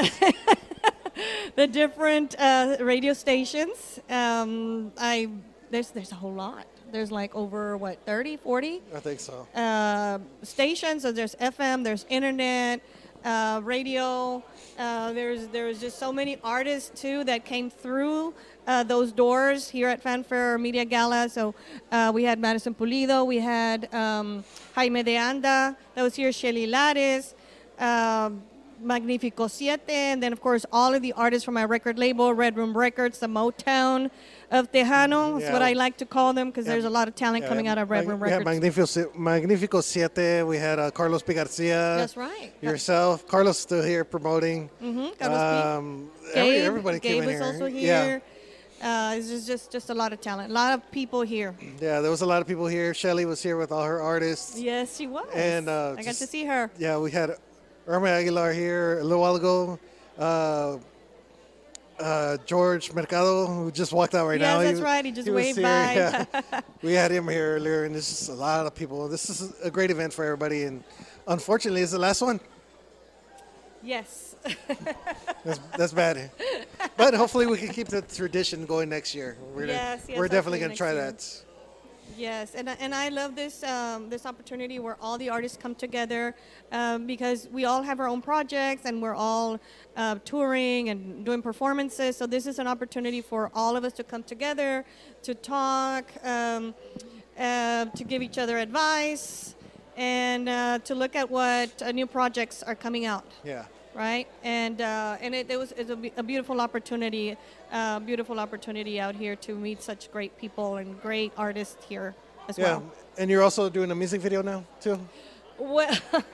the different uh, radio stations. Um, I there's there's a whole lot. There's like over what 30, 40 I think so. uh, stations. So there's FM, there's internet, uh, radio. Uh, there's there's just so many artists too that came through uh, those doors here at Fanfare Media Gala. So uh, we had Madison Pulido, we had um, Jaime de Anda that was here, Shelly Lares. um Magnifico Siete, and then of course all of the artists from my record label, Red Room Records, the Motown of Tejano. That's what Yeah. I like to call them because there's a lot of talent Yeah, coming out of Red Room we had Records. Magnifico, Si- Magnifico Siete. We had uh, Carlos P. Garcia. That's right. Yourself. Carlos still here promoting. Um, Mhm, Carlos every- P. Gabe, everybody Gabe came in was here. also Yeah. here. Uh, it's just, just just a lot of talent, a lot of people here. Yeah, there was a lot of people here. Shelly was here with all her artists. Yes, she was. And, uh, I got just- to see her. Yeah, we had Irma Aguilar here a little while ago. Uh, uh, George Mercado, who just walked out right Yes, now. that's was- right. He just was waved here, by. yeah. we had him here earlier, and this is a lot of people. This is a great event for everybody, and unfortunately, it's the last one. Yes, That's, that's bad. But hopefully, we can keep the tradition going next year. We're, gonna- Yes, yes, we're definitely going hopefully to next try year. that. yes, and I- and I love this um, this opportunity where all the artists come together um, because we all have our own projects and we're all uh, touring and doing performances. So this is an opportunity for all of us to come together, to talk, um, uh, to give each other advice, and uh, to look at what uh, new projects are coming out. Yeah. right? And uh, and it, it was it's a, be- a beautiful opportunity, uh, beautiful opportunity out here to meet such great people and great artists here as Yeah. well. And you're also doing a music video now, too? Well,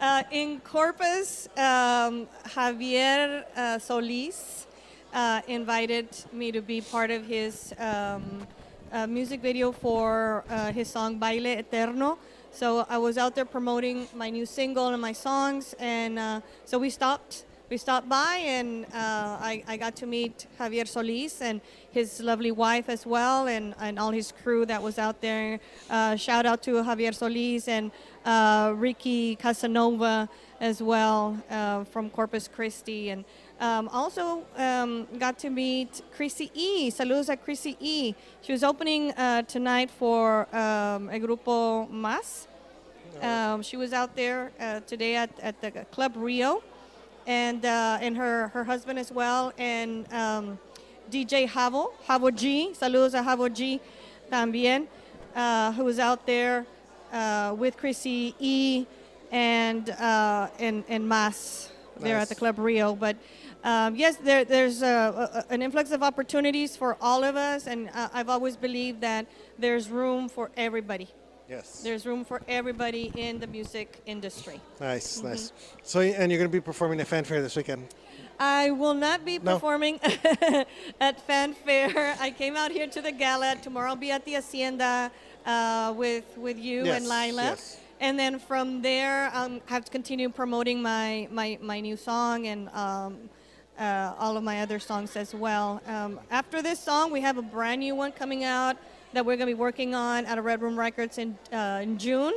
uh, in Corpus, um, Javier uh, Solis uh, invited me to be part of his um, uh, music video for uh, his song Baile Eterno. So I was out there promoting my new single and my songs, and uh, so we stopped. We stopped by, and uh, I, I got to meet Javier Solis and his lovely wife as well, and, and all his crew that was out there. Uh, shout out to Javier Solis and uh, Ricky Casanova as well uh, from Corpus Christi, and um, also um, got to meet Chrissy E. Saludos a Chrissy E. She was opening uh, tonight for um, El Grupo Mas. Um, she was out there uh, today at, at the Club Rio, and uh, and her, her husband as well, and um, DJ Javo, Javo G. Saludos a Javo G. También, uh, who was out there uh, with Chrissy E. and uh, and and Mas there at the Nice. Club. Club Rio. But um, yes, there, there's uh, a, a, an influx of opportunities for all of us, and uh, I've always believed that there's room for everybody. Yes. There's room for everybody in the music industry. Nice, Mm-hmm. nice. So, and you're going to be performing at Fanfare this weekend. I will not be No. performing at Fanfare. I came out here to the gala. Tomorrow I'll be at the Hacienda uh, with with you and Yes, Lila. yes. And then from there, I um, have to continue promoting my, my, my new song and um, uh, all of my other songs as well. Um, after this song, we have a brand new one coming out that we're going to be working on at a Red Room Records in, uh, in June.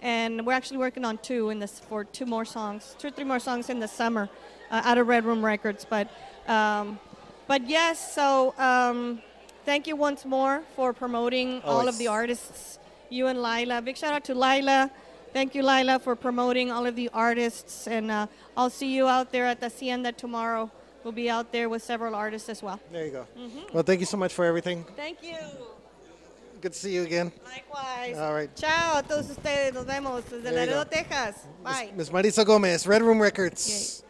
And we're actually working on two in this for two more songs, two or three more songs in the summer uh, out of Red Room Records. But um, but yes, so um, thank you once more for promoting all of Always. the artists, you and Lila. Big shout out to Lila. Thank you, Lila, for promoting all of the artists. And uh, I'll see you out there at the Hacienda tomorrow. We'll be out there with several artists as well. Mm-hmm. There you go. Well, thank you so much for everything. Thank you. Good to see you again. Likewise. All right. Chao a todos ustedes. Nos vemos desde There you go. Laredo, Texas. Bye. Miss Marisa Gomez, Red Room Records.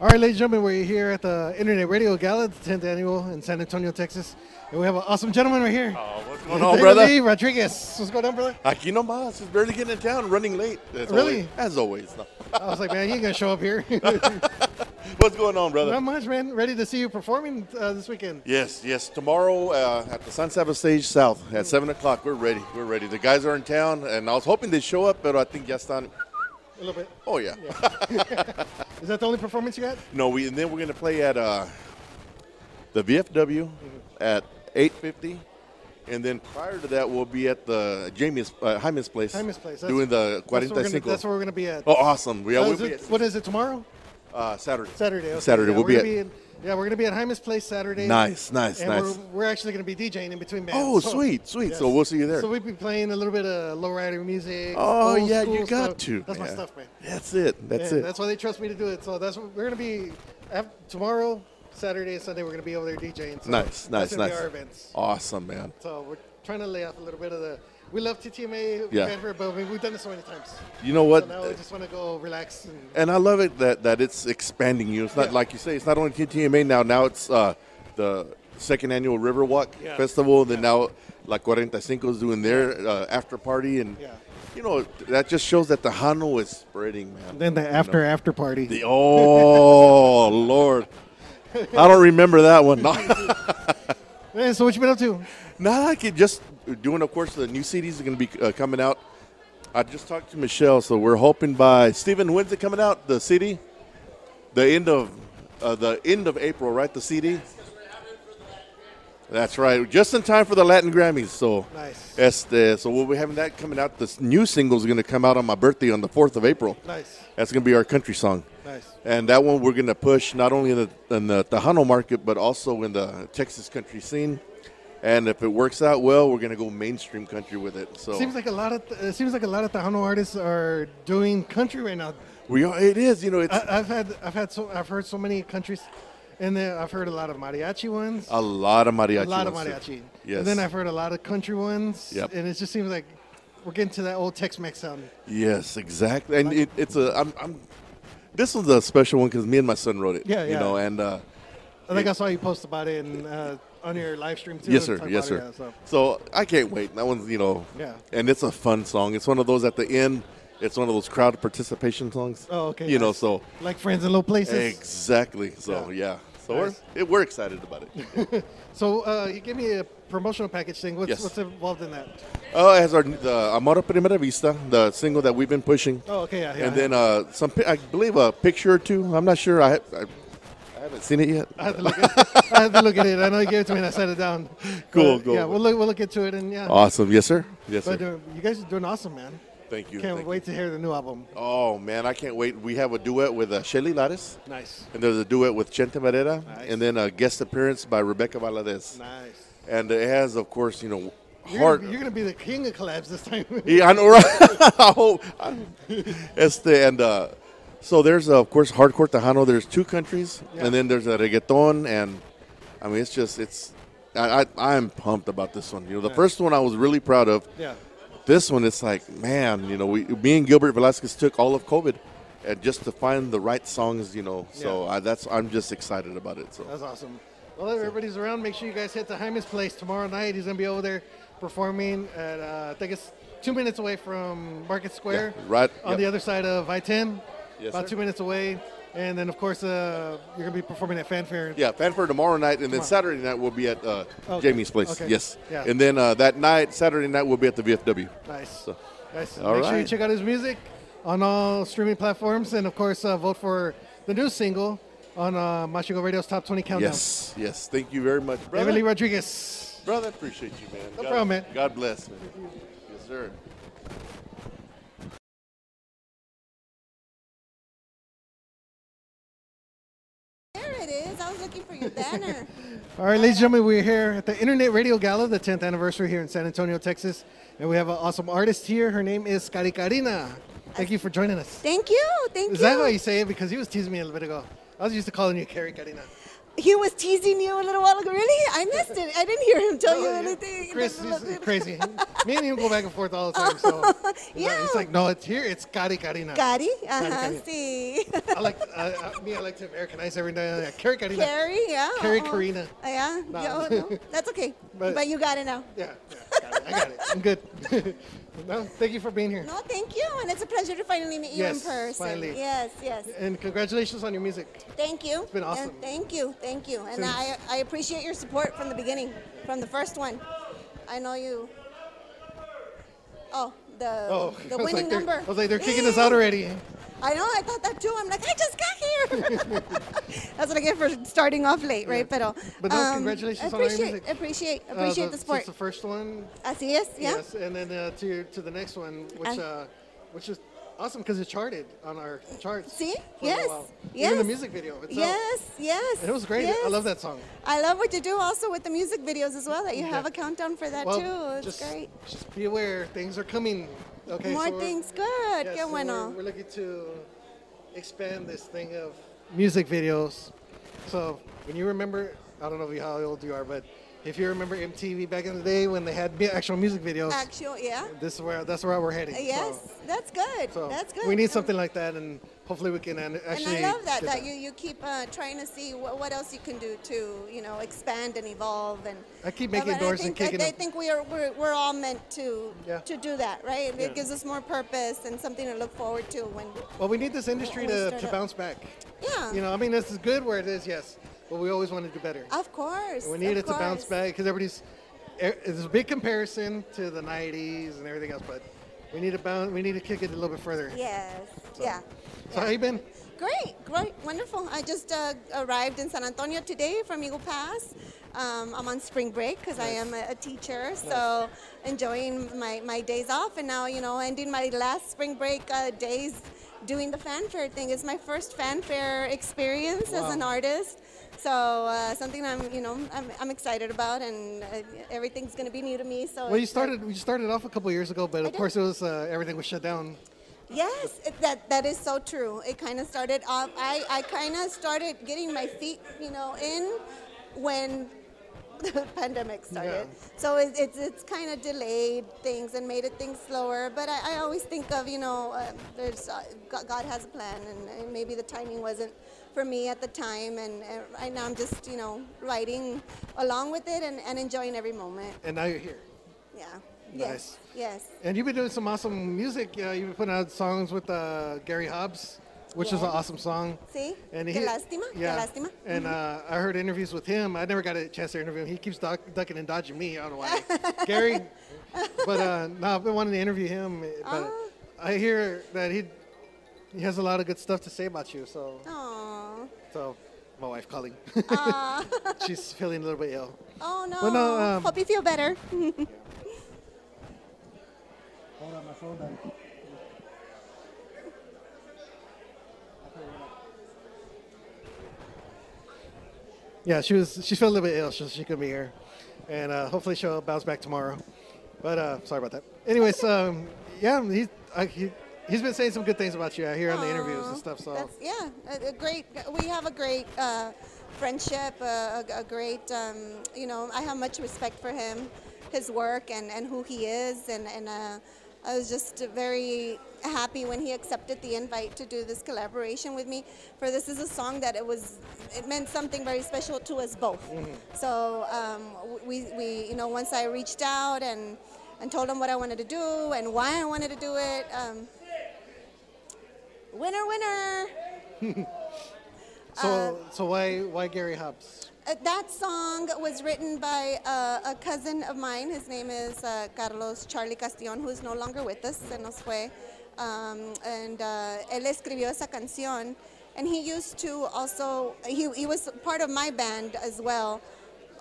All right, ladies and gentlemen, we're here at the Internet Radio Gala, the 10th annual in San Antonio, Texas. And we have an awesome gentleman right here. Oh, what's going on, David brother? Lee Rodriguez. What's going on, brother? Aquí nomás, just barely getting in town, running late. As Really? Always, as always. No. I was like, man, he ain't going to show up here. What's going on, brother? Not much, man. Ready to see you performing uh, this weekend. Yes, yes. Tomorrow uh, at the San Saba Stage South at 7 o'clock, we're ready. We're ready. The guys are in town, and I was hoping they'd show up, but I think ya están. A little bit. Oh, yeah. Is that the only performance you got? No, we and then we're going to play at uh, the VFW at 8.50. And then prior to that, we'll be at the Jamie's, uh, Jaime's place. Jaime's place, that's- Doing the that's where we're gonna- 45. that's where we're gonna be at. Oh, awesome. Yeah, Uh, we'll is be it- at what is it, tomorrow? uh, Saturday. Saturday. Okay. Saturday. Yeah, we'll we're be gonna at. in- yeah, we're gonna be at Jaime's place Saturday. Nice, nice, and nice. We're, we're actually gonna be DJing in between bands. Oh, sweet, sweet. So we'll see you there. So we'll be playing a little bit of lowrider music. Oh, old yeah, school you got stuff. to. That's my man. stuff, man. That's it. That's Yeah, it. That's why they trust me to do it. So that's what we're gonna be af- tomorrow, Saturday, and Sunday. We're gonna be over there DJing. So nice, nice, that's gonna nice. Be our events. Awesome, man. So we're trying to lay off a little bit of the. We love TTMA, Yeah. Vancouver, but we- we've done it so many times. You know what? So now we just want to go relax and And I love it that, that it's expanding you. It's not like you say. It's not only TTMA now. Now it's uh, the second annual Riverwalk Yeah. Festival. Then now La 45 is doing their uh, after party, and Yeah. you know that just shows that the Hano is spreading, man. Then the You know? after after party. The oh Lord, I don't remember that one. Man, Eh, so what you been up to? Nah, I could just doing, of course, the new CDs are going to be uh, coming out. I just talked to Michelle, so we're hoping by Stephen. When's it coming out? The CD, the end of uh, the end of April, right? The CD. That's right, just in time for the Latin Grammys. So Nice. este, so we'll be having that coming out. This new single is going to come out on my birthday on the fourth of April. Nice. That's going to be our country song. Nice. And that one we're going to push not only in the, in the Tejano market, but also in the Texas country scene. And if it works out well, we're going to go mainstream country with it. So Seems like a lot of it seems like a lot of Tejano artists are doing country right now. we are, it is, you know, it's I, I've had I've had so I've heard so many countries, and then I've heard a lot of mariachi ones, a lot of mariachi. a lot of ones, too. mariachi. Yes. And then I've heard a lot of country ones. Yep. And it just seems like we're getting to that old Tex-Mex sound. Yes, exactly. And it, it's a, I'm, I'm, this one's a special one because me and my son wrote it. Yeah, You yeah. know, and, uh, I think I saw you post about it in, uh, on your live stream too. yes, sir. talk Yes, about sir. it, yeah, so. so. I can't wait. That one's, you know, Yeah. and it's a fun song. It's one of those at the end, It's one of those crowd participation songs. Oh, okay, You know, nice. so Like Friends in Low Places? Exactly. So yeah. So Nice. we're, it, we're excited about it. So uh, you gave me a promotional package thing. What's, Yes. what's involved in that? Oh, it has our the Amor a Primera Vista, the single that we've been pushing. Oh, okay, yeah, yeah, And yeah. then uh, some, pi- I believe, a picture or two. I'm not sure. I, I, I haven't seen it yet. I had to look at it. I had to look at it. I know you gave it to me and I set it down. Cool, But, cool. Yeah, we'll look, we'll look into it and yeah. Awesome. Yes, sir. Yes, But, sir. uh, you guys are doing awesome, man. Thank you. Can't Thank wait to hear the new album. Oh man, I can't wait. We have a duet with uh, Shelly Lares. Nice. And there's a duet with Chente Marera, Nice. and then a guest appearance by Rebecca Valadez. Nice. And it has, of course, you know, You're heart. Gonna, you're gonna be the king of collabs this time. Yeah, I know, right? I hope. I- It's the and uh, so there's uh, of course hardcore Tejano. There's two countries, Yeah. and then there's a reggaeton, and I mean it's just it's. I, I I'm pumped about this one. You know, the Yeah. first one I was really proud of. Yeah. This one, it's like man, you know, we me and Gilbert Velasquez took all of COVID, and just to find the right songs, you know. So Yeah. I, that's I'm just excited about it. So That's awesome. Well, if everybody's around, make sure you guys hit the Jaime's place tomorrow night. He's gonna be over there performing at uh, I think it's two minutes away from Market Square. right, on yep. the other side of I-10. Yes, about sir. two minutes away. And then of course uh, you're gonna be performing at Fanfare. Yeah, Fanfare tomorrow night, and then Tomorrow. Saturday night we'll be at uh, Okay. Jamie's place. Okay. Yes, Yeah. and then uh, that night, Saturday night, we'll be at the VFW. Nice. So, Guys, All make sure you right. check out his music on all streaming platforms, and of course, uh, vote for the new single on uh, Machigo Radio's Top 20 Countdown. yes, yes. Thank you very much, brother. Evan Lee Rodriguez. brother, appreciate you, man. No God- problem, man. God bless, man. Yes, sir. There it is. I was looking for your banner. All right, ladies and gentlemen, we're here at the Internet Radio Gala, the 10th anniversary here in San Antonio, Texas, and we have an awesome artist here. Her name is Cari Karina. Thank you for joining us. Thank you. Thank Is you. that how you say it? Because he was teasing me a little bit ago. I was used to calling you Cari Karina. He was teasing you a little while ago. Really? I missed it. I didn't hear him tell you anything. Oh, Chris is crazy. me and him go back and forth all the time. So yeah, it's like no, it's here. It's Cari Karina. Cari? Uh-huh. Cari. See. I like uh, uh, me. I like to Americanize every day. Yeah, Carrie Karina. Carrie, yeah. Carrie uh-uh. Karina. Uh, Yeah. No. yeah, oh, no. That's okay. But- but, you got it now. Yeah, yeah, got it. I got it. I'm good. no, thank you for being here. No, thank you. And it's a pleasure to finally meet you Yes, in person. finally. Yes, yes. And congratulations on your music. Thank you. It's been And awesome. thank you. Thank you. And Since- I, I appreciate your support from the beginning, from the first one. I know you. Oh, the, Oh, I the was winning like, they're- number. I was like, they're kicking us out already. I know, I thought that too. I'm like, I just got here. That's what I get for starting off late, right? Pero, But no, um, congratulations on all your appreciate, music. Appreciate, Uh, appreciate the, Since support. the first one. Así es, yeah? Yes, and then uh, to your, to the next one, which Uh, uh, which is awesome because it charted on our charts. See? for a Yes. while. Yes. Even the music video. Itself. Yes, yes. And it was great. I yes. love that song. I love what you do also with the music videos as well, that you have Yeah. a countdown for that well, too. It's just, great. Just be aware, things are coming. Okay. More so we're- things. Good. Yes, Qué and bueno. We're, we're looking to expand this thing of music videos. So when you remember, I don't know how old you are, but if you remember MTV back in the day when they had mu- actual music videos, Actual, yeah. Uh, this is where that's where we're heading. So- Yes, that's good. so that's good. We need And- something like that, and hopefully we can an- And actually. I love that get that you you keep uh, trying to see what, what else you can do to you know expand and evolve and. I keep making but doors I and think, kicking I, I them. think we are we're, we're all meant to Yeah. to do that, right? Yeah. It gives us more purpose and something to look forward to when. Well, we need this industry when we to, start to up. bounce back. Yeah. You know, I mean, this is good where it is, yes, but we always want to do better. Of course. We need of it to bounce course. back because everybody's. er- It's a big comparison to the '90s and everything else, but we need to bounce. We need to kick it a little bit further. Yes. Yeah. So how you been? Great, great, wonderful. I just uh, arrived in San Antonio today from Eagle Pass. Um, I'm on spring break because I am a, a teacher, so enjoying my, my days off. And now, you know, ending my last spring break uh, days doing the fanfare thing. It's my first fanfare experience as an artist. So uh, something I'm, you know, I'm, I'm excited about, and uh, everything's going to be new to me. So Well, you it's like- started. You started off a couple years ago, but of did. course it was uh, everything was shut down. Yes, it- that that is so true. It kind of started off. I I kind of started getting my feet, you know, in when the pandemic started. So it, it's it's kind of delayed things and made it things slower. But I, I always think of you know, uh, there's uh, Go- God has a plan, and, and maybe the timing wasn't for me at the time. And, and right now I'm just you know riding along with it and, and enjoying every moment. And now you're here. Yeah. Nice. Yes. Yes. And you've been doing some awesome music. Uh, you've been putting out songs with uh, Gary Hobbs, which is an Yeah. awesome song. See? And Qué he, lástima, qué yeah. lástima. And uh, I heard interviews with him. I never got a chance to interview him. He keeps duck, ducking and dodging me. I don't know why. Gary. But uh, no, I've been wanting to interview him. But Ah. I hear that he he has a lot of good stuff to say about you. So Oh, Aw. so my wife calling. Ah. She's feeling a little bit ill. Oh no. But no, um, Hope you feel better. Hold on, my phone died. Yeah, she was. She felt a little bit ill, so she couldn't be here, and uh, hopefully she'll bounce back tomorrow. But uh, sorry about that. Anyways, um, yeah, he, I, he he's been saying some good things about you out here on the interviews and stuff. So That's, yeah, a, a great. We have a great uh, friendship. A, a, a great. Um, you know, I have much respect for him, his work, and, and who he is. And and uh, I was just very happy when he accepted the invite to do this collaboration with me. For this is a song that it was. It meant something very special to us both. Mm-hmm. So um, w- we, we, you know, once I reached out and and told him what I wanted to do and why I wanted to do it. Um, winner, winner. Um, so so why why Gary Hobbs? Uh, that song was written by uh, a cousin of mine. His name is uh, Carlos Charlie Castillon, who is no longer with us. Se nos fue. Um, and uh, él escribió esa canción. And he used to also, he, he was part of my band as well.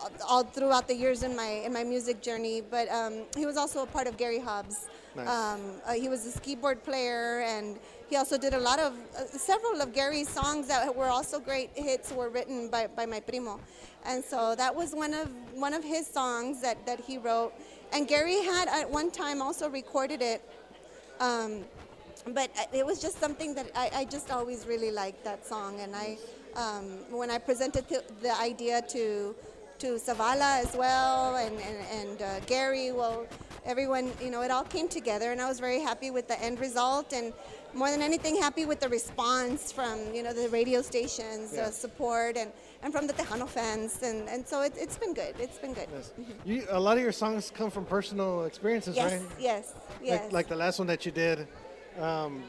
uh, All throughout the years in my in my music journey, but um, he was also a part of Gary Hobbs. Nice. Um, uh, he was a keyboard player, and he also did a lot of uh, several of Gary's songs that were also great hits were written by, by my primo, and so that was one of one of his songs that that he wrote. And Gary had at one time also recorded it, um, but I- it was just something that I, I just always really liked that song, and I um, when I presented the, the idea to to Savala as well and, and, and uh, Gary. Well, everyone, you know, it all came together and I was very happy with the end result and more than anything happy with the response from, you know, the radio stations, Yeah. the support and, and from the Tejano fans. And, and so it, it's been good. It's been good. Mhm. You, a lot of your songs come from personal experiences, Yes, right? yes, yes. Like, like the last one that you did. Um,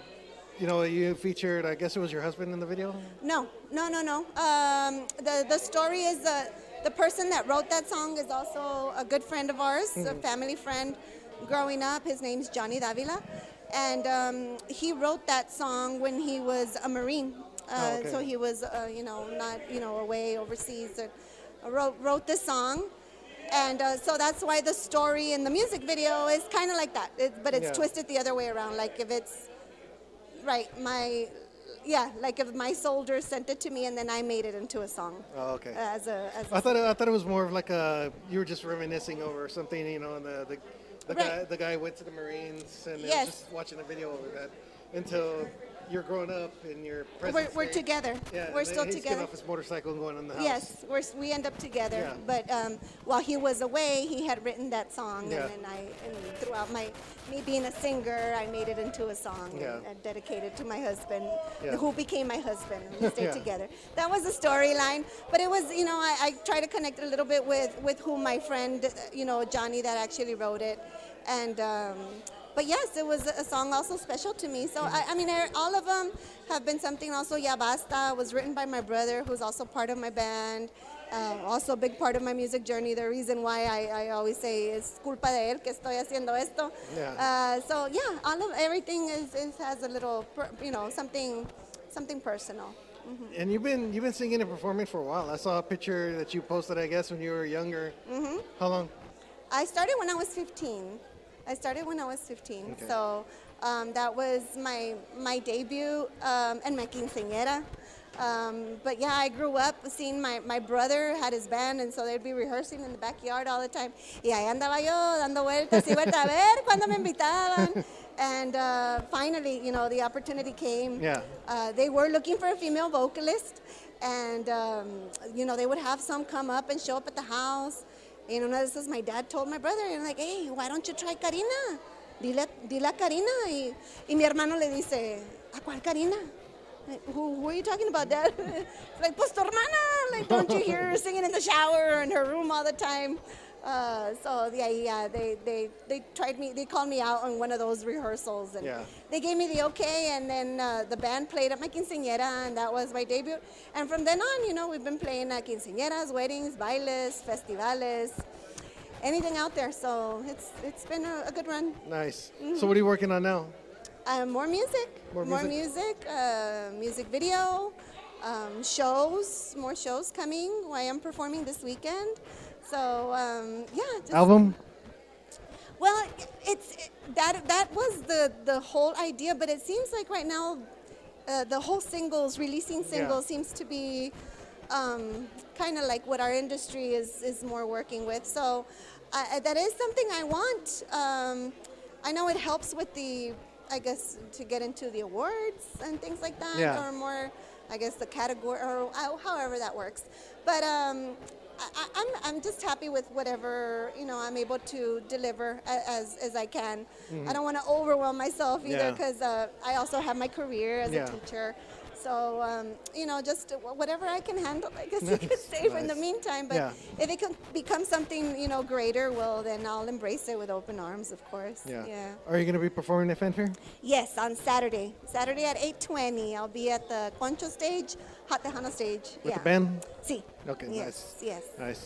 you know, you featured. I guess it was your husband in the video. No, no, no, no. Um, the the story is uh, the person that wrote that song is also a good friend of ours, a Mhm. family friend. Growing up, his name's Johnny Davila, and um, he wrote that song when he was a Marine. Uh, Oh, okay. So he was, uh, you know, not you know away overseas. Uh, wrote wrote this song. And uh, so that's why the story in the music video is kind of like that, it, but it's Yeah. twisted the other way around. Like if it's Right, my yeah, like if my soldier sent it to me and then I made it into a song. Oh, okay. As a, as a I thought it, I thought it was more of like a you were just reminiscing over something, you know, and the the, the Right. guy the guy went to the Marines and Yes. was just watching a video over that until you're growing up and you're present. We're- we're state. together. Yeah, We're and still he's together. Getting off his motorcycle and going on the house. yes, we're, s- we end up together. Yeah. But um, while he was away, he had written that song, Yeah. and then I, and throughout my me being a singer, I made it into a song and, Yeah. and dedicated to my husband, Yeah. who became my husband. and We stayed Yeah. together. That was the storyline. But it was, you know, I, I try to connect a little bit with with who my friend, uh, you know, Johnny that actually wrote it, and. Um, but yes, it was a song also special to me. So I, I mean, I- all of them have been something. Also, Ya Basta was written by my brother, who's also part of my band, um, also a big part of my music journey. The reason why I, I always say es culpa de él que estoy haciendo esto. Yeah. Uh, so yeah, all of everything is, is has a little, per, you know, something, something personal. Mhm. And you've been you've been singing and performing for a while. I saw a picture that you posted, I guess, when you were younger. Mhm. How long? I started when I was 15. I started when I was 15. Okay. So um, that was my my debut um, and my quinceañera. Um, but yeah, I grew up seeing my, my brother had his band, and so they'd be rehearsing in the backyard all the time. Y ahí andaba yo dando vueltas y vueltas a ver cuando me invitaban. And uh, finally, you know, the opportunity came. Yeah. Uh, they were looking for a female vocalist, and um, you know they would have some come up and show up at the house. You know, this is my dad told my brother, and like, hey, why don't you try Karina? Dile, dile a Karina. Y, y mi hermano le dice, ¿a cuál Karina? Like, who, who are you talking about, Dad? like, pues tu hermana. Like, don't you hear her singing in the shower or in her room all the time? Uh, so yeah, yeah, they, they, they tried me. They called me out on one of those rehearsals, and Yeah. they gave me the okay. And then uh, the band played at my quinceañera, and that was my debut. And from then on, you know, we've been playing at quinceañeras, weddings, bailes, festivales, anything out there. So it's it's been a, a good run. Nice. Mhm. So what are you working on now? Uh, more music, More music. music, uh, music video, um, shows, more shows coming. I am performing this weekend. So um, yeah, just- Album? Well, it's it, that that was the the whole idea, but it seems like right now uh, the whole singles releasing singles seems to be um, kind of like what our industry is is more working with. So uh, that is something I want. Um, I know it helps with the I guess to get into the awards and things like that, Yeah. or more I guess the category or uh, however that works. But um, I- I, I'm, I'm just happy with whatever you know I'm able to deliver a- as, as I can. I Mm-hmm. Mhm. don't want to overwhelm myself either Yeah. because uh, I also have my career as Yeah. a teacher. So um, you know, just wh- whatever I can handle, I guess you could say for in the Nice. meantime. But Yeah. if it can become something you know greater, well, then I'll embrace it with open arms, of course. Yeah. Are you going to be performing at Fanfare? Yes, on Saturday. Saturday at 8:20, I'll be at the Concho stage, Hot Tejano stage. With yeah. the band? See. Okay, Yes. nice. Yes. Nice.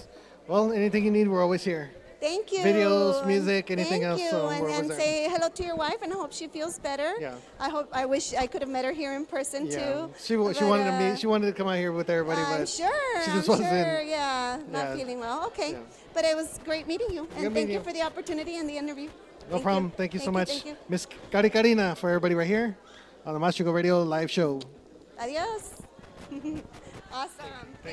Well, anything you need, we're always here. Thank you. Videos, and music, anything thank else, um, you, so and, we're and always there. say hello to your wife, and I hope she feels better. Yeah. I hope. I wish I could have met her here in person too. She, wa- she but, wanted uh, to meet. She wanted to come out here with everybody, I'm but sure. she I'm just sure. wasn't. Yeah. Not Yeah. feeling well. Okay. But it was great meeting you, and thank meeting you you. for the opportunity and the interview. No problem. Thank you so Thank much, you, thank you. Miss Cari Carina, for everybody right here on the Machigo Radio live show. Adios. awesome.